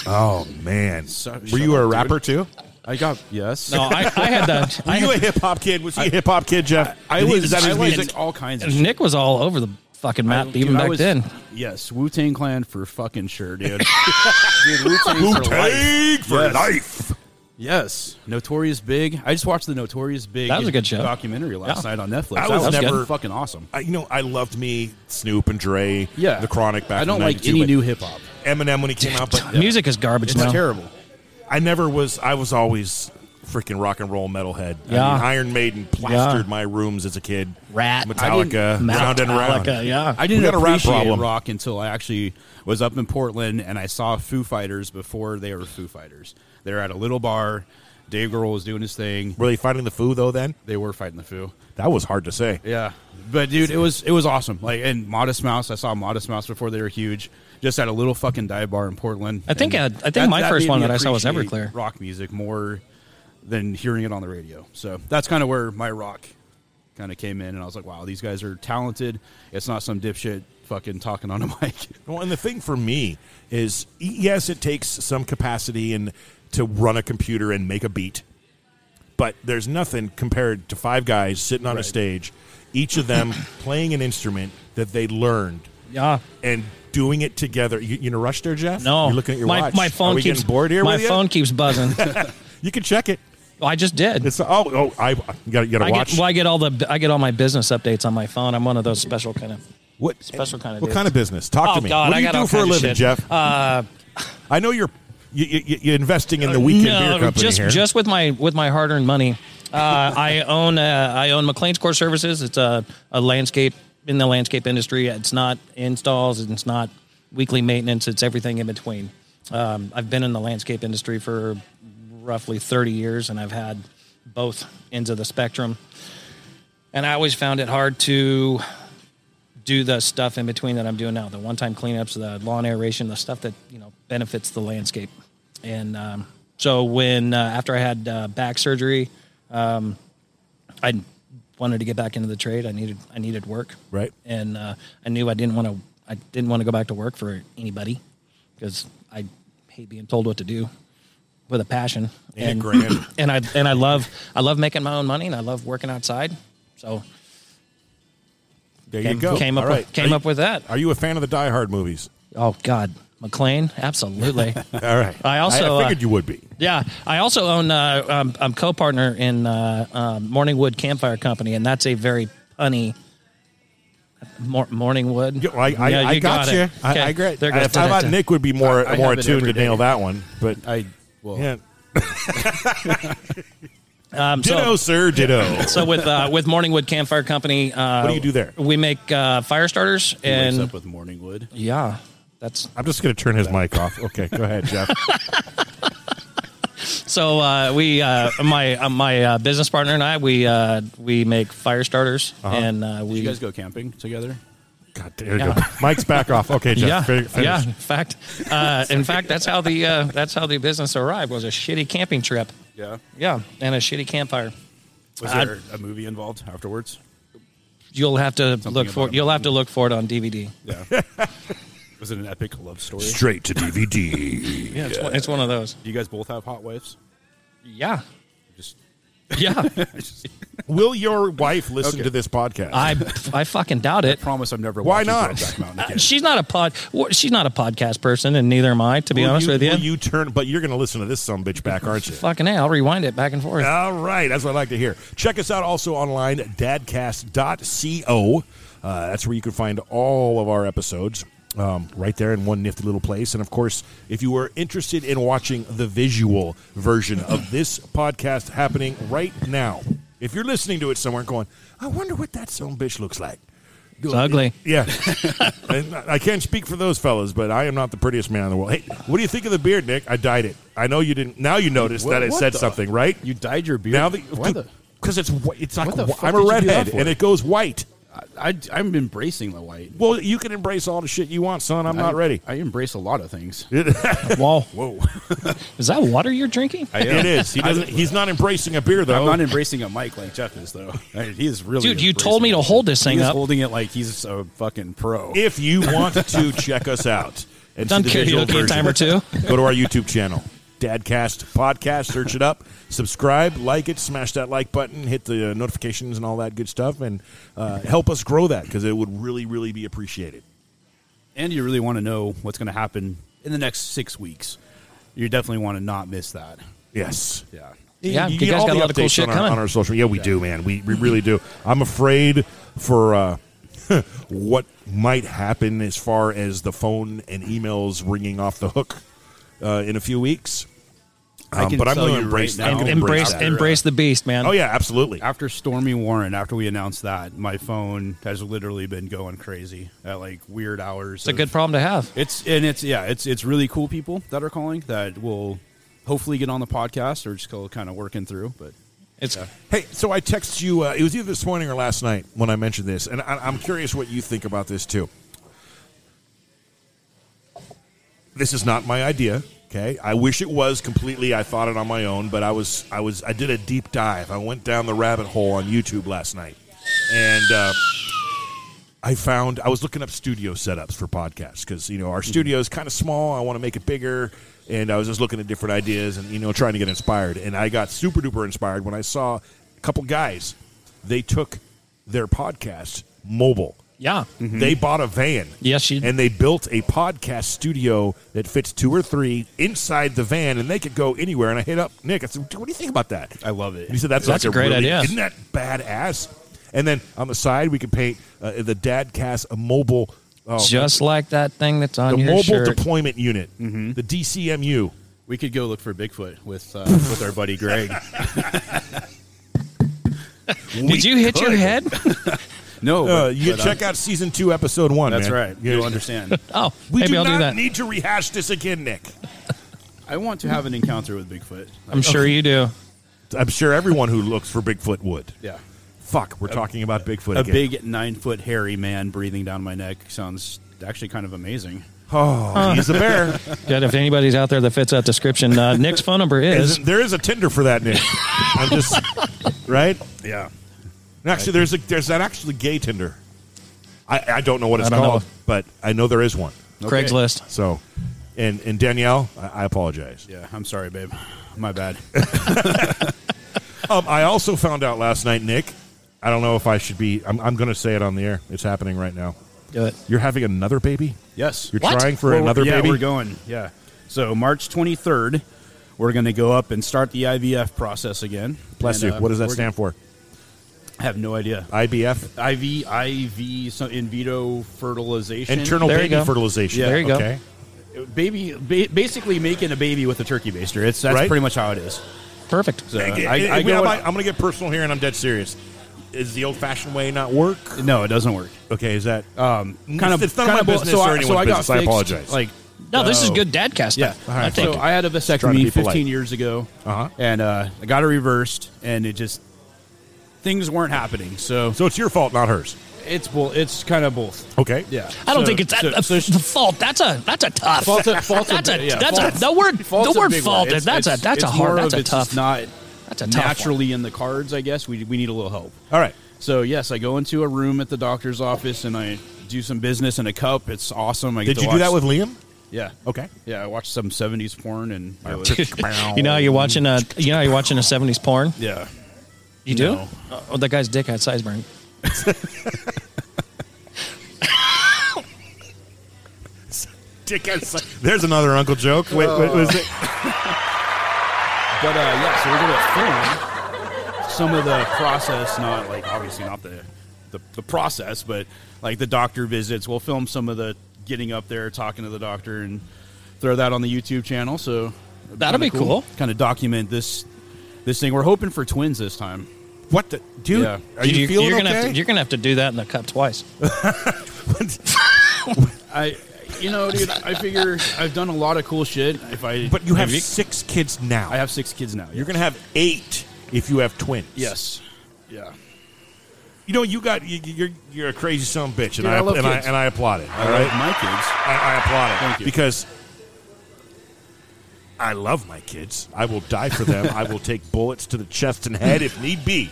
Oh man, So- were shut you up, a dude. rapper too? I got yes. No, I, I had the. Were I you a had, hip hop kid? Was he a hip hop kid, Jeff? I Did he- was. Is that I his liked music? all kinds of. shit. Nick was all over the fucking map even Dude, I back was- then. Yes, Wu Tang Clan for fucking sure, dude. dude Wu Tang for life. Take for Yes. life. Yes, Notorious Big. I just watched the Notorious Big. That was a good show. documentary last Yeah. night on Netflix. I That was was never- good. fucking awesome. I, you know, I loved me Snoop and Dre. Yeah, the Chronic back. I don't in like 92, any but new hip hop. Eminem when he came out, but Music is garbage It's now. terrible. I never was. I was always freaking rock and roll metalhead. I Yeah. mean, Iron Maiden plastered my rooms as a kid. Rat. Metallica, round and Metallica, round. Yeah. I didn't got a rap appreciate problem. rock until I actually was up in Portland and I saw Foo Fighters before they were Foo Fighters. They were at a little bar. Dave Grohl was doing his thing. Were they fighting the foo though? Then They were fighting the Foo. that was hard to say. Yeah, but dude, it was it was awesome. Like and Modest Mouse, I saw Modest Mouse before they were huge. Just at a little fucking dive bar in Portland. I think And I- I think my first made one me that I saw was appreciate Everclear. Rock music more than hearing it on the radio. So that's kind of where my rock kind of came in, and I was like, wow, these guys are talented. It's not some dipshit fucking talking on a mic. Well, and the thing for me is, y- yes, it takes some capacity and to run a computer and make a beat, but there's nothing compared to five guys sitting on a Right. stage, each of them playing an instrument that they learned yeah. and doing it together. You, you in a rush there, Jeff? No. you're looking at your my, watch. My phone Are we keeps getting bored here. My with you? phone keeps buzzing. You can check it. I just did. It's oh oh I you got you got I to watch. get well, I get all the I get all my business updates on my phone. I'm one of those special kind of what special kind of what dudes. kind of business? Talk Oh, to me. God, what I do you got do all for a kinds of living, shit. Uh, Jeff? I know you're you, you, you're investing in the weekend beer company just here. just with my with my hard earned money. Uh, I own uh, I own McLean's Core Services. It's a, a landscape in the landscape industry. It's not installs and it's not weekly maintenance. It's everything in between. Um, I've been in the landscape industry for roughly thirty years, and I've had both ends of the spectrum. And I always found it hard to do the stuff in between that I'm doing now, the one-time cleanups, the lawn aeration, the stuff that you know benefits the landscape. And um, so when uh, after I had uh, back surgery, um, I wanted to get back into the trade. I needed I needed work, Right. And uh, I knew I didn't want to I didn't want to go back to work for anybody because I hate being told what to do with a passion And a grand. and I and I love I love making my own money and I love working outside. So There came, you go. came up All with, right. Are came you- up with that. Are you a fan of the Die Hard movies? Oh God, McLean, absolutely. All right. I also, I, figured uh, you would be. yeah, I also own. Uh, um, I'm co-partner in uh, um, Morningwood Campfire Company, and that's a very punny. Mor- Morningwood. Yeah, well, I, I, Yeah, I got, you. it. I, Okay, I got. There I, goes I thought da-da-da. Nick would be more I- I more have it attuned to every day. nail that one, but I well, yeah. Um, so- Ditto, sir. Ditto. so with uh, with Morningwood Campfire Company, uh, What do you do there? We make uh, fire starters, he wakes and up with Morningwood. yeah, that's I'm just going to turn his mic off. Okay, go ahead, Jeff. So uh, we, uh, my uh, my uh, business partner and I, we uh, we make fire starters, Uh-huh. and uh, we You guys go camping together? God, there you go. Mike's back off. Okay, Jeff. yeah fin- finish. yeah. In fact, uh, in fact, that's how the uh, that's how the business arrived was a shitty camping trip. Yeah. Yeah, and a shitty campfire. Was I- there a movie involved afterwards? You'll have to look for about a you'll have to look for it on DVD. Yeah. was it an epic love story? Straight to DVD. Yeah, it's, one, it's one of those. Do you guys both have hot wives? Yeah, Just yeah. Will your wife listen to this podcast? I I fucking doubt it. promise I'm never. Why watching not? Brokeback Mountain again. She's not a pod. w- She's not a podcast person, and neither am I. To be Will honest you, with you, will you turn? But you're going to listen to this some bitch back, aren't you? fucking hey, I'll rewind it back and forth. All right. That's what I like to hear. Check us out also online, dadcast.co. Uh, that's where you can find all of our episodes um, right there in one nifty little place. And of course, if you are interested in watching the visual version of this podcast happening right now, if you're listening to it somewhere and going, I wonder what that son of a bitch looks like. It's ugly. Yeah, And I I can't speak for those fellas, but I am not the prettiest man in the world. Hey, what do you think of the beard, Nick? I dyed it. I know you didn't. Now you notice Wha- that it what said the- something, right? You dyed your beard. now Why the? that because it's wh- it's like What the wh- fuck I'm a did you do that redhead for? and it goes white. I, I, am embracing the white. Well, you can embrace all the shit you want, son. I'm I- not ready. I embrace a lot of things. Whoa. Whoa. Is that water you're drinking? I am. It is. He doesn't. He's not embracing a beer though. I'm not embracing a mic like Jeff is, though. I mean, he is really. Dude, you embracing told me it. to hold this thing he is up. holding it like he's a fucking pro. if you want to check us out and Done see the visual karaoke a version, time or two. go to our YouTube channel, Dadcast Podcast. Search it up, subscribe, like it, smash that like button, hit the uh, notifications and all that good stuff, and uh, help us grow that because it would really, really be appreciated. and you really want to know what's going to happen in the next six weeks. You definitely want to not miss that. Yes. Yeah. Yeah, you get guys all got the a lot of cool updates shit on our, coming. on our social. Yeah, we do, man. We, we really do. I'm afraid for uh, what might happen as far as the phone and emails ringing off the hook uh, in a few weeks. I Um, can but I'm tell going to you embrace right that. now- I'm gonna embrace that. embrace the beast, man. Oh yeah, absolutely. After Stormy Warren, after we announced that, my phone has literally been going crazy at like weird hours. It's a good problem to have. It's and it's yeah, it's it's really cool people that are calling that will hopefully get on the podcast or just go kind of working through. But It's Hey, so I text you. Uh, it was either this morning or last night when I mentioned this, and I, I'm curious what you think about this too. This is not my idea. Okay, I wish it was completely. I thought it on my own, but I was, I was, I did a deep dive. I went down the rabbit hole on YouTube last night, and. Uh, I found I was looking up studio setups for podcasts because you know our studio is kind of small. I want to make it bigger, and I was just looking at different ideas and you know trying to get inspired. And I got super duper inspired when I saw a couple guys. They took their podcast mobile. yeah. They bought a van. Yes, you- and they built a podcast studio that fits two or three inside the van, and they could go anywhere. And I hit up Nick. I said, "Dude, "What do you think about that?" I love it. And he said, "That's, That's like a great really- idea. Isn't that badass?" And then on the side, we could paint uh, the Dadcast a mobile, uh, Just like that thing that's on the your mobile shirt. deployment unit, Mm-hmm. the DCMU. we could go look for Bigfoot with uh, with our buddy Greg. Uh, Did you hit your head? No, Uh, but- you but, uh, check out season two, episode one. That's man. right. Yeah. You'll understand. Oh, We maybe do I'll not do that. need to rehash this again, Nick. I want to have an encounter with Bigfoot. I'm sure you do. I'm sure everyone who looks for Bigfoot would. Yeah. Fuck, we're talking about Bigfoot A again. big nine foot hairy man breathing down my neck sounds actually kind of amazing. oh, he's a bear. Good. If anybody's out there that fits that description, uh, Nick's phone number is Isn't- there is a Tinder for that, Nick. I'm just right. Yeah. Actually, there's a there's that actually gay Tinder. I, I don't know what it's I don't called, know. but I know there is one. Craigslist. So, and and Danielle, I, I apologize. Yeah. I'm sorry, babe. My bad. Um, I also found out last night, Nick. I don't know if I should be. I'm, I'm going to say it on the air. It's happening right now. Do it. You're having another baby. Yes. You're What? trying for Well, another yeah, baby. we're going. Yeah. So March 23rd, we're going to go up and start the IVF process again. Bless And, you. uh, What does that we're stand for? gonna- I have no idea. IBF, IV, IV, so in vitro fertilization. internal There you baby go. fertilization. Yeah. There you go. Okay. baby, ba- basically making a baby with a turkey baster. It's that's Right? pretty much how it is. Perfect. So I, I, I go am going to get personal here, and I'm dead serious. Is the old-fashioned way not work? no, it doesn't work. Okay, is that um, kind of it's not kind my of bull- business so or I- anyone's so I got business. I fixed, apologize. Like, No, this is oh, good dad cast. Yeah, stuff, I think. so I had a trying to be vasectomy polite. 15 years ago, Uh-huh. and uh, I got it reversed, and it just things weren't happening. So so it's your fault, not hers. it's bull. It's kind of both. Okay. Yeah, I don't So- think it's that, so- uh, so- the fault. That's a that's a tough. Fault's a- fault's a that's big- yeah, that's fault's- a the word fault's the word a big fault. one. and that's It's- a that's a it's hard more that's of a it's tough. just Not That's a tough one. naturally in the cards. I guess we we need a little help. All right. So yes, I go into a room at the doctor's office and I do some business in a cup. It's awesome. I get Did to you do that watch- with Liam? Yeah. Okay. Yeah, I watched some '70s porn and I was, you know how you're watching a you know how you're watching a '70s porn. yeah. You do? No. Oh, that guy's dick had Sizeburn. Dickheads. There's another Uncle joke. Wait, Oh. wait, was it? But uh, yeah, so we're gonna film some of the process, not like obviously not the, the the process, but like the doctor visits. We'll film some of the getting up there, talking to the doctor, and throw that on the YouTube channel. So That'll be cool. Kind of document this this thing. We're hoping for twins this time. What the dude? Yeah. Are you, Dude, feeling you're gonna okay? have to, you're gonna have to do that in the cup twice. I, you know, dude, I figure I've done a lot of cool shit. If I, but you have if six kids now. I have six kids now. You're yes. gonna have eight if you have twins. yes, yeah. You know you got you, you're you're a crazy son of a bitch, and Dude, I, I love and I kids. and I applaud it. All I love right, my kids. I, I applaud it Thank you. because I love my kids. I will die for them. I will take bullets to the chest and head if need be,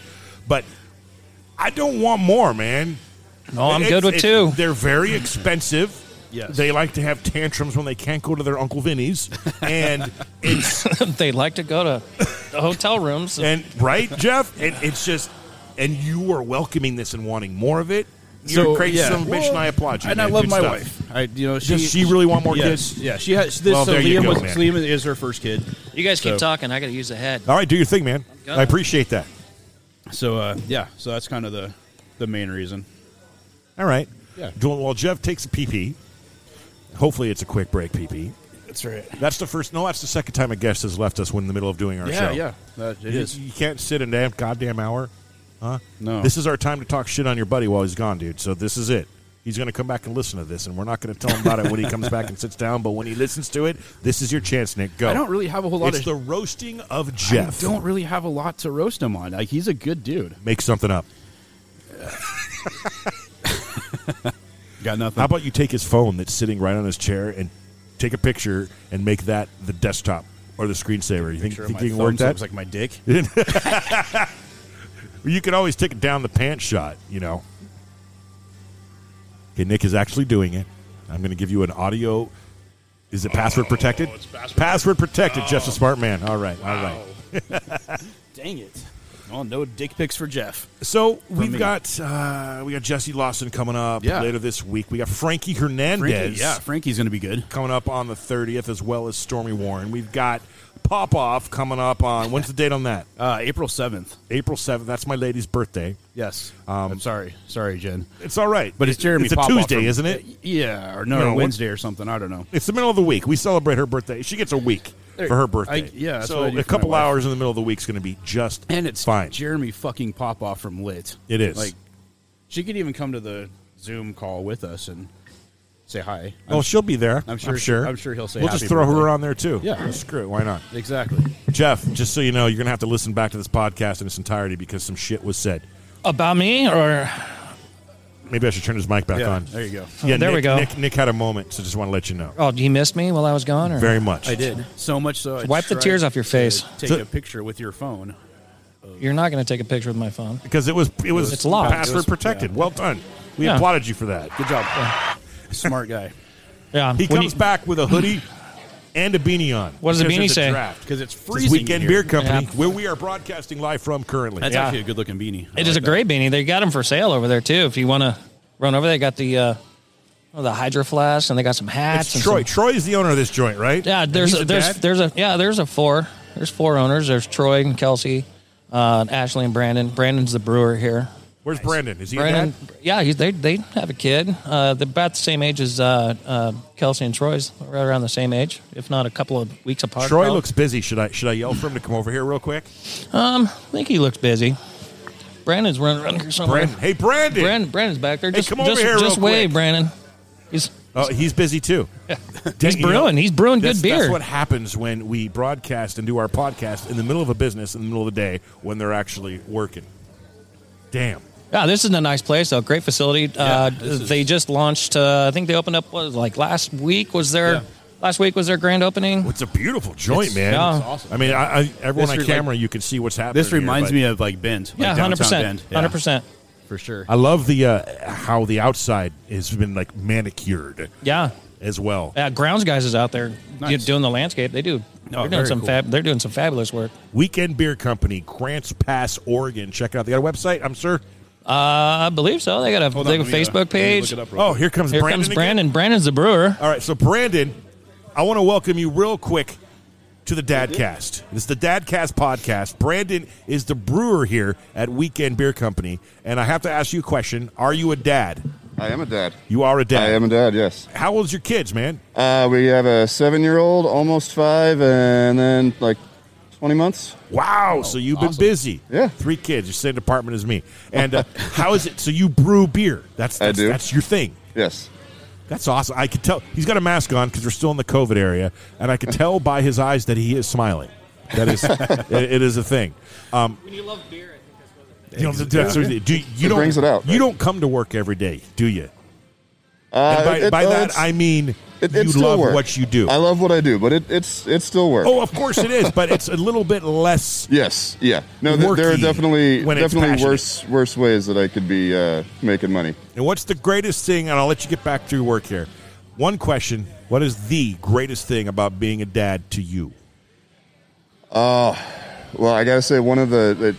but I don't want more, man. No, I'm It's- good with it's- two. They're very expensive. Yes. They like to have tantrums when they can't go to their Uncle Vinny's, and it's they like to go to the hotel rooms. and right, Jeff, and it's just, and you are welcoming this and wanting more of it. You're So, a crazy yeah. son of a bitch, and I applaud you. and man. I love Good my stuff. wife. I, you know, she, Does she really want more yes, kids? Yeah, she has. This, Well, so there you Liam, go, was, man. Liam is her first kid. You guys keep So- talking. I got to use the head. All right, do your thing, man. good. I appreciate that. So uh, yeah, so that's kind of the the main reason. All right. Yeah. Well, while Jeff takes a PP, hopefully it's a quick break PP. That's right. That's the first. No, that's the second time a guest has left us when in the middle of doing our Yeah, show. yeah, that, it you, is. you can't sit a damn goddamn hour, huh? No. This is our time to talk shit on your buddy while he's gone, dude. So this is it. He's going to come back and listen to this, and we're not going to tell him about it when he comes back and sits down. But when he listens to it, this is your chance, Nick. Go. I don't really have a whole lot It's of. the roasting of I Jeff. don't really have a lot to roast him on. Like he's a good dude. make something up. Got nothing. How about you take his phone that's sitting right on his chair and take a picture and make that the desktop or the screensaver? You think, Picture of think my you can thumb, work so it that? looks like my dick. you can always take a down the pants shot, you know. Okay, Nick is actually doing it. I'm going to give you an audio. Is it password protected? Oh, it's password- Oh. protected. Jeff's a smart man. All right, all right. Dang it! Well, no dick pics for Jeff. So we've me. got uh, we got Jesse Lawson coming up Yeah. later this week. We got Frankie Hernandez. Frankie, yeah, Frankie's gonna be good. coming up on the 30th, as well as Stormy Warren. We've got Pop Off coming up on when's the date on that? Uh, April seventh. April 7th. That's my lady's birthday. Yes. I'm sorry. Sorry, Jen. It's all right, But it's Jeremy. Um, It's a Popoff Tuesday, from- isn't it? Yeah, or no, No, or what- Wednesday or something. I don't know. It's the middle of the week. We celebrate her birthday. She gets a week There- for her birthday. I- yeah, that's so what I do a for my couple wife. hours in the middle of the week's going to be just And it's fine. Jeremy fucking Popoff from Lit. It is. Like, she could even come to the Zoom call with us and say hi. well, Oh, she'll be there. I'm sure- sure. I'm sure he'll say We'll happy just throw her birthday. on there too. Yeah. Screw it. Why not? Exactly. Jeff, just so you know, you're going to have to listen back to this podcast in its entirety because some shit was said. About me or Maybe I should turn his mic back Yeah, on. there you go. Yeah, There we Nick- go. Nick, Nick had a moment, so just want to let you know. oh, you missed me while I was gone? Or? Very much. I did. So much so. I Wipe the tried tears off your to face. Take So- a picture with your phone. You're not going to take a picture with my phone. because it was it was It's locked. password It was- protected. yeah. Well done. We Yeah. applauded you for that. Good job. Smart guy. Yeah. He when comes you- back with a hoodie and a beanie on. What does the because of beanie say? draft. Because it's It says freezing. Weekend in Beer here. Company, Yeah. where we are broadcasting live from currently. That's Yeah. actually a good looking beanie. I It is like a great beanie. They got them for sale over there too. If you want to run over, they got the uh, oh, the Hydro Flask, and they got some hats. it's and Troy. some- Troy is the owner of this joint, right? yeah, there's He's a, there's dad? there's a yeah there's a four there's four owners. There's Troy and Kelsey, uh, and Ashley and Brandon. Brandon's the brewer here. Where's Brandon? Is he a Brandon, dad? yeah, he's, they they have a kid. Uh, they're about the same age as uh, uh, Kelsey and Troy's, right around the same age, if not a couple of weeks apart. Troy probably. looks busy. Should I should I yell for him to come over here real quick? I think he looks busy. Brandon's running around here somewhere. Brandon. Hey Brandon. Oh, Brandon, Brandon's back there. Hey, Just, come over just, here just real wave, quick. Brandon. He's Oh, he's busy too. He's brewing. He's brewing good that's, That's beer. what happens when we broadcast and do our podcast in the middle of a business in the middle of the day when they're actually working. Damn. Yeah, this is a nice place though. Great facility. uh, this is- They just launched. Uh, I think they opened up. What was it, like last week? Was their Yeah. last week was their grand opening? It's a beautiful joint, man. yeah. It's awesome. I mean, I, I, everyone This on re- camera, you can see what's happening. This reminds here, me of like Bend. Like Yeah, downtown hundred percent, Bend. Yeah, hundred percent. For sure. but I love the uh, how the outside has been like manicured Yeah. as well. Yeah, Uh, grounds guys is out there Nice. Oh, doing the landscape. They do. they're doing very some cool. fab. They're doing some fabulous work. Weekend Beer Company, Grants Pass, Oregon. Check it out. They got a website. I'm sure. Uh, I believe so. They got a, Hold they on, got a let me, uh, Facebook let me page. look it up real Oh, quick. here comes Here Brandon. comes again. Brandon. Brandon's the brewer. All right, so Brandon, I want to welcome you real quick to the Dadcast. This is the Dadcast podcast. Brandon is the brewer here at Weekend Beer Company, and I have to ask you a question: Are you a dad? I am a dad. You are a dad. I am a dad, yes. How old's your kids, man? Uh, we have a seven year old, almost five, and then like 20 months. Wow. so you've been awesome. busy. Yeah. Three kids. You're same department as me. And uh, how is it? So you brew beer. That's I that's, do. that's your thing. Yes. That's awesome. I could tell he's got a mask on because we're still in the COVID area, and I could tell by his eyes that he is smiling. That is, it, it is a thing. Um, When you love beer, I think that's what it you know, that's what it- do you- you It don't- brings it out, You right? don't come to work every day, do you? Uh, And by it- by uh, that, it's- I mean it- you it's still love work. what you do. I love what I do, but it, it's it's still work. oh, of course it is, but it's a little bit less. Yes, yeah. No, th- there are Worky definitely when it's definitely passionate. worse worse ways that I could be uh, making money. And what's the greatest thing? And I'll let you get back to your work here. One question: What is the greatest thing about being a dad to you? Well, I gotta say, one of the, the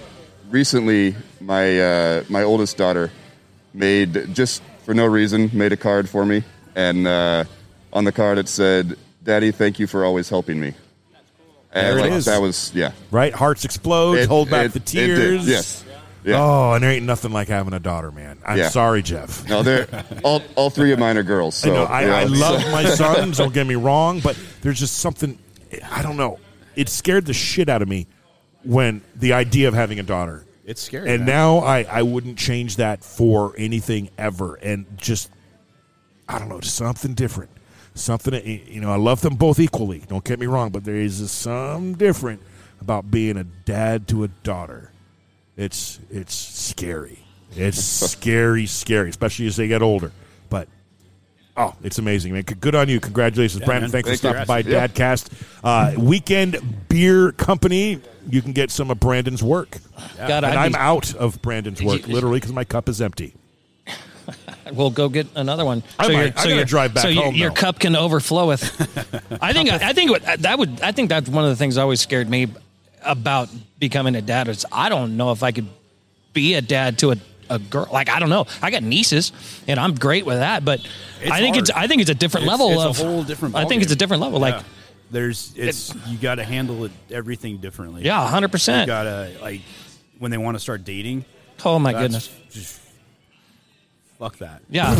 recently my uh, my oldest daughter made just for no reason made a card for me, and uh, on the card it said, "Daddy, thank you for always helping me." And There it like, is. That was yeah. Right? Hearts explode. It- hold back it- the it did, tears. yes. Yeah. Oh, and there ain't nothing like having a daughter, man. I'm Yeah. sorry, Jeff. No, they're all all three of mine are girls. So I know I, you know, I so- love my sons. Don't get me wrong, but there's just something I don't know. It scared the shit out of me when the idea of having a daughter. It's scary. And man. now I, I wouldn't change that for anything ever. And just I don't know, just something different. Something that, you know. I love them both equally. Don't get me wrong, but there is just some different about being a dad to a daughter. It's it's scary. It's scary, scary, especially as they get older. But oh, it's amazing, man. C- Good on you. Congratulations, Brandon. man. Thanks Thank for you. stopping by Yeah. Dadcast. Uh, Weekend Beer Company. You can get some of Brandon's work. is. God, and I'd I'm be- out of Brandon's work, literally, because my cup is empty. We'll go get another one. I might. your- I gotta your- drive back so your- home, Your though. cup can overflow with. I think. I think what, uh, that would. I think that's one of the things that always scared me about becoming a dad. Is I don't know if I could be a dad to a, a girl. Like I don't know. I got nieces, and I'm great with that. But It's I think hard. it's. I think it's a different It's- level it's of. a whole different. I think it's a ballgame. different level. Yeah. Like there's it's you got to handle it everything differently. yeah, hundred you percent. gotta like when they want to start dating. Oh my that's goodness. just- fuck that. Yeah,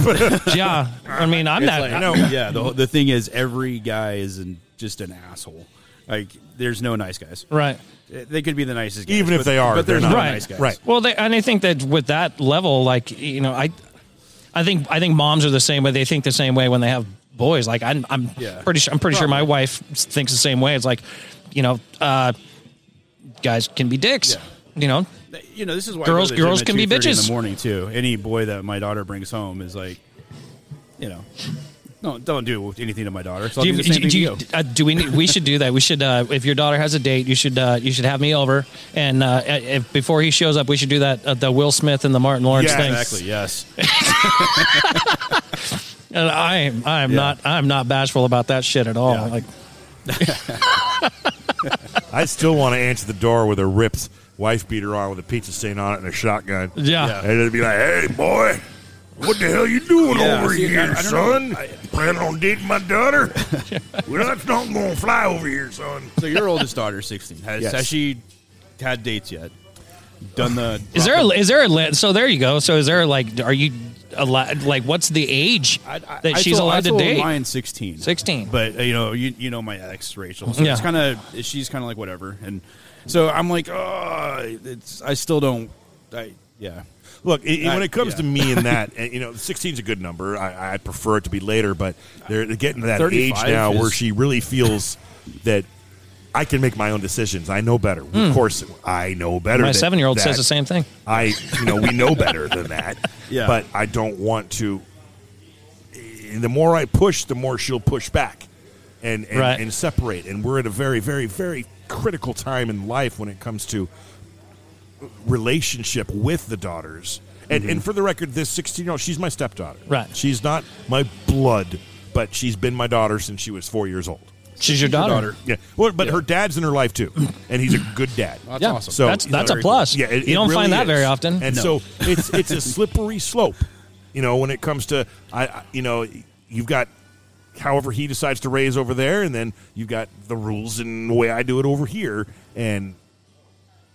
yeah. I mean, I'm not. Like, no, yeah. The, the thing is, every guy is an, just an asshole. Like, there's no nice guys. right. They could be the nicest, guys, Even if but- they are, but they're there's not. no Right. nice guys. Right. Well, they, and I think that with that level, like you know, I, I think I think moms are the same way. They think the same way when they have boys. Like I'm, I'm Yeah. pretty sure. I'm pretty sure my wife thinks the same way. It's like, you know, uh, guys can be dicks. Yeah. You know, You know, this is why I Girls- go to the gym girls at can be 2:30 in bitches. the morning too. Any boy that my daughter brings home is like, you know, no, don't do anything to my daughter. So I'll do, the same thing do, to you- you. uh, do we need, we should do that we should uh, if your daughter has a date you should uh, you should have me over and uh, if, before he shows up we should do that uh, the Will Smith and the Martin Lawrence Yeah, thing Exactly. Yes. and I am I am not I'm not bashful about that shit at all Yeah. like I still want to answer the door with a ripped wife beater on with a pizza stain on it and a shotgun. yeah. Yeah. And it'd be like, hey, boy, what the hell you doing Yeah, over see, I- here, I don't know. son? Planning on dating my daughter? well, that's not going to fly over here, son. So your oldest daughter's 16. Has, Yes. has she had dates yet? Done the? Is there a, is there a li- so there you go. So is there like are you allowed like what's the age that she's told- I allowed to told date? Mine 16. 16. But uh, you know, you you know my ex Rachel. So Yeah. it's kind of she's kind of like whatever, and so I'm like, oh, it's I still don't. I yeah. Look, i i- when I- it comes yeah. to me and that, and, you know, 16's a good number. I, I prefer it to be later, but they're they're getting to that age 35 now where is- she really feels that I can make my own decisions. I know better. Of course, I know better. Hmm. My that- seven year old that says the same thing. I, you know, we know better than that. Yeah. But I don't want to. and The more I push, the more she'll push back, and and, Right. and separate. And we're at a very, very, very critical time in life when it comes to relationship with the daughters. And and for the record, this sixteen year old, she's my stepdaughter. Right. She's not my blood, but she's been my daughter since she was four years old. She's your daughter. daughter. Yeah. Well, but her dad's in her life too, and he's a good dad. That's Yeah. awesome. So that's you that's know, a plus. Yeah, it- you it don't really find that is. very often. And so it's it's a slippery slope, you know, when it comes to I, I you know, you've got however he decides to raise over there, and then you've got the rules and the way I do it over here, and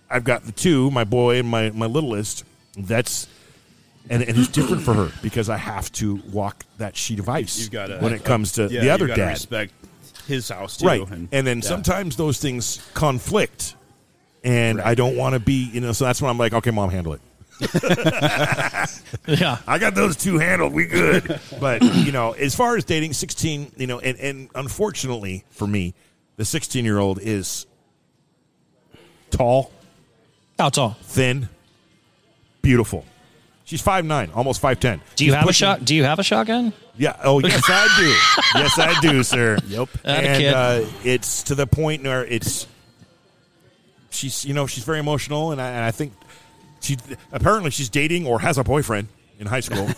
I've got the two, my boy and my my littlest. That's and, and it's different for her because I have to walk that sheet of ice You've got to when it comes to yeah, the other you gotta dad. Respect his house too. Right. And, then yeah. sometimes those things conflict. And I don't want to be, you know, so that's when I'm like, okay, mom, handle it. Yeah. I got those two handled. We good. but, you know, as far as dating, 16, you know, and, and unfortunately for me, the 16 year old is tall, How tall? thin, beautiful. She's 5'9, almost 5'10. Do you She's have a pushing- shot? Do you have a shotgun? Yeah. Oh, yes, I do. yes, I do, sir. Yep. Atta And kid. uh, it's to the point where it's she's you know she's very emotional, and I, and I think she apparently she's dating or has a boyfriend in high school.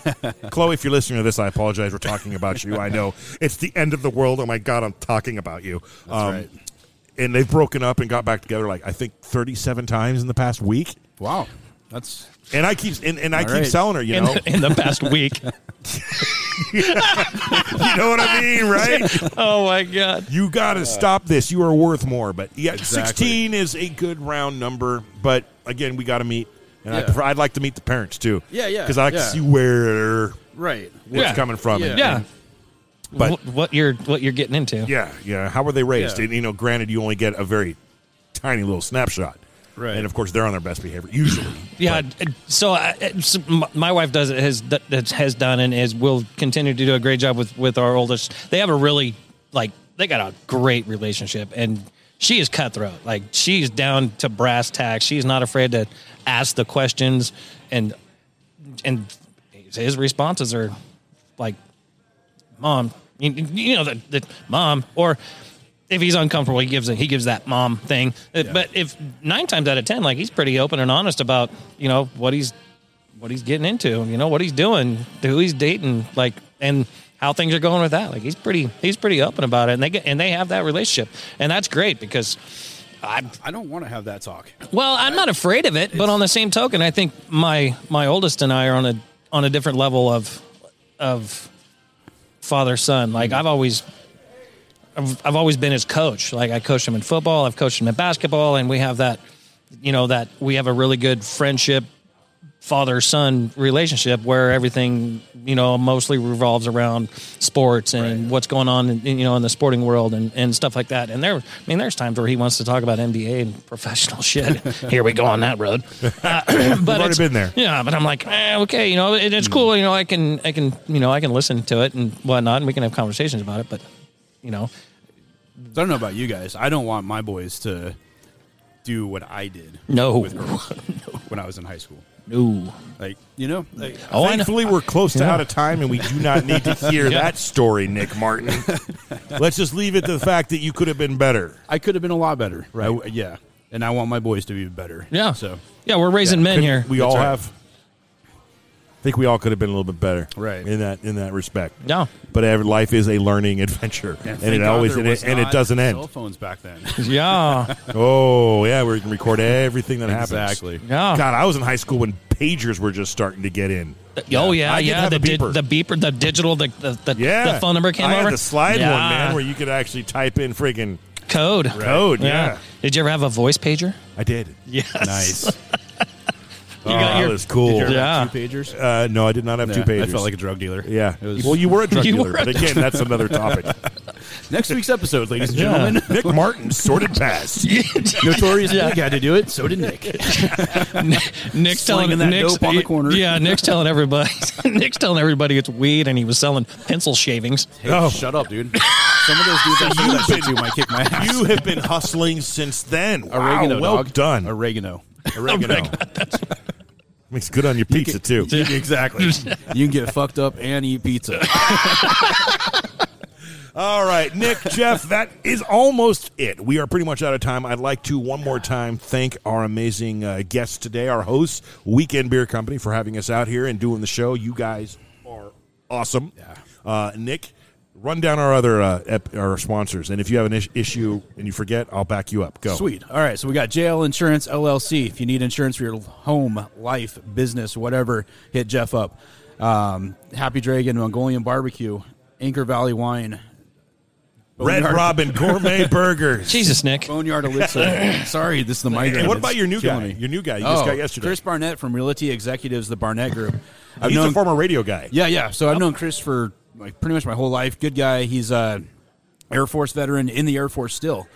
Chloe, if you're listening to this, I apologize. We're talking about you. I know it's the end of the world. Oh my God, I'm talking about you. That's right. And they've broken up and got back together like I think 37 times in the past week. wow, that's And I keep and, and I All keep right. telling her, you In, know, the, in the past week. you know what I mean, right? Oh my god. You got to stop this. You are worth more. But yeah, Uh, Exactly. 16 is a good round number. But again, we got to meet. And I Yeah. prefer, I'd like to meet the parents too. Yeah, yeah, Because I like yeah. to see where right. where Yeah. it's coming from. and- Yeah. But- Wh- what, you're what you're getting into. yeah, yeah. How were they raised? Yeah. And, you know, granted, you only get a very tiny little snapshot. Right. And of course, they're on their best behavior usually. Yeah, d- so, I, it's- m my wife does it has d- that has done and is will continue to do a great job with with our oldest. They have a really like they got a great relationship, and she is cutthroat. Like she's down to brass tacks. She's not afraid to ask the questions, and and his responses are like, "Mom," you, you know, the, the mom or. If he's uncomfortable, he gives it. He gives that mom thing. Uh, But if nine times out of ten, like he's pretty open and honest about you know what he's what he's getting into, you know what he's doing, who he's dating, like and how things are going with that. Like he's pretty he's pretty open about it, and they get and they have that relationship, and that's great because I I don't want to have that talk. well, I'm not afraid of it, but on the same token, I think my my oldest and I are on a on a different level of of father son. Like I've always I've, I've always been his coach. Like I coached him in football, I've coached him in basketball, and we have that you know that we have a really good friendship father son relationship where everything you know mostly revolves around sports and what's going on in, you know in the sporting world and, and stuff like that and there I mean there's times where he wants to talk about NBA and professional shit here we go on that road Uh, but already it's- been there. yeah but I'm like eh, okay you know and it's cool you know I can I can you know I can listen to it and whatnot and we can have conversations about it but you know I don't know about you guys. I don't want my boys to do what I did no with girls when I was in high school. no Like you know, like oh I know Thankfully, we're close to out of time, and we do not need to hear Yeah. that story, Nick Martin. Let's just leave it to the fact that you could have been better. I could have been a lot better. Right? yeah. And I want my boys to be better. yeah So yeah we're raising men Couldn't here We all have. I think we all could have been a little bit better, Right. In that in that respect. Yeah. But ev- life is a learning adventure, and, thank it God always there and it, was and it not doesn't Cell end. phones back then. yeah Oh yeah, we can record everything that happens. Exactly. Yeah. God, I was in high school when pagers were just starting to get in. Oh yeah, I did yeah. have The, a di- beeper. the beeper, the digital, the the, the, Yeah. the phone number came I over. Had the slide Yeah. one man where you could actually type in friggin' code code. Yeah. Did you ever have a voice pager? I did. Yes. nice. Oh, got that your- was cool. your- Yeah. Two pagers. Uh, no, I did not have two Yeah, pages. I felt like a drug dealer. yeah. It was, well, you were a drug You dealer, were a but again, that's another topic. next week's episode, ladies and gentlemen. Nick Martin sorted past. Notorious Big had to do it. So did Nick. Nick's telling Slinging that Nick's, dope on the corner. Yeah, Nick's telling everybody. Nick's telling everybody it's weed, and he was selling pencil shavings. Hey, Oh. shut up, dude. Some of those dudes I do that shit to might kick my ass. You have been hustling since then. Wow, oregano, well dog. done. Oh Oregano. Oregano. Makes good on your pizza too. exactly. you can get fucked up and eat pizza. All right, Nick, Jeff, that is almost it. We are pretty much out of time. I'd like to one more time thank our amazing uh, guests today, our hosts, Weekend Beer Company, for having us out here and doing the show. You guys are awesome. Uh, Nick, run down our other uh, ep- our sponsors, and if you have an is- issue and you forget, I'll back you up. Go. Sweet. All right. So we got JL Insurance LLC. If you need insurance for your home, life, business, whatever, hit Jeff up. Um, Happy Dragon, Mongolian Barbecue, Anchor Valley Wine, Red Boneyard- Robin Gourmet Burgers. Jesus, Nick. Boneyard Elixir. Sorry, this is the migraine. And what It's about your new killing guy? me. Your new guy you just Oh, got yesterday. Chris Barnett from Realty Executives, the Barnett Group. I've He's known a former radio guy. Yeah, yeah. So I've known Chris for like pretty much my whole life. Good guy. He's uh Air Force veteran in the Air Force still.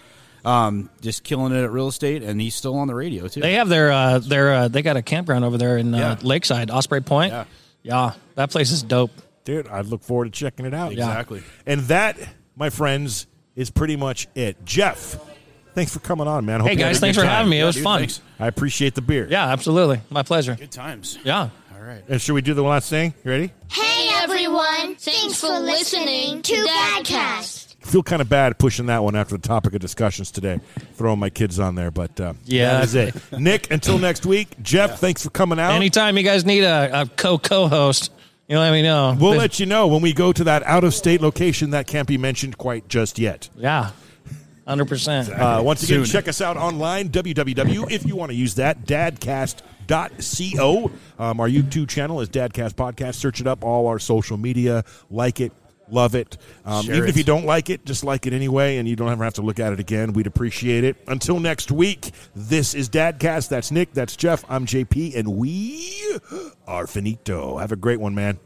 Um, just killing it at real estate, and he's still on the radio too. They have their uh, their uh, they got a campground over there in uh, Yeah. Lakeside, Osprey Point. Yeah. Yeah. that place is dope. dude, I look forward to checking it out. Exactly. And that, my friends, is pretty much it. Jeff, thanks for coming on, man. Hope Hey you had guys, a thanks good for time. having me. It was dude, fun. thanks. I appreciate the beer. Yeah, absolutely, my pleasure. Good times. Yeah, All right. And should we do the last thing? You ready? Hey everyone! Thanks for listening to Dadcast. feel kind of bad pushing that one after the topic of discussions today, throwing my kids on there. But uh, that Yeah. is it. Nick, until next week. Jeff, thanks for coming out. anytime you guys need a, a co co host, you let me know. we'll let you know when we go to that out of state location that can't be mentioned quite just yet. yeah, hundred percent. Uh, once again, check us out online, www, if you want to use that, dadcast.co. Um, our YouTube channel is Dadcast Podcast. Search it up, all our social media. Like it, love it. Um, Share even it. if you don't like it, just like it anyway, and you don't ever have to look at it again. We'd appreciate it. Until next week, this is Dadcast. That's Nick, that's Jeff, I'm JP, and we are finito. Have a great one, man.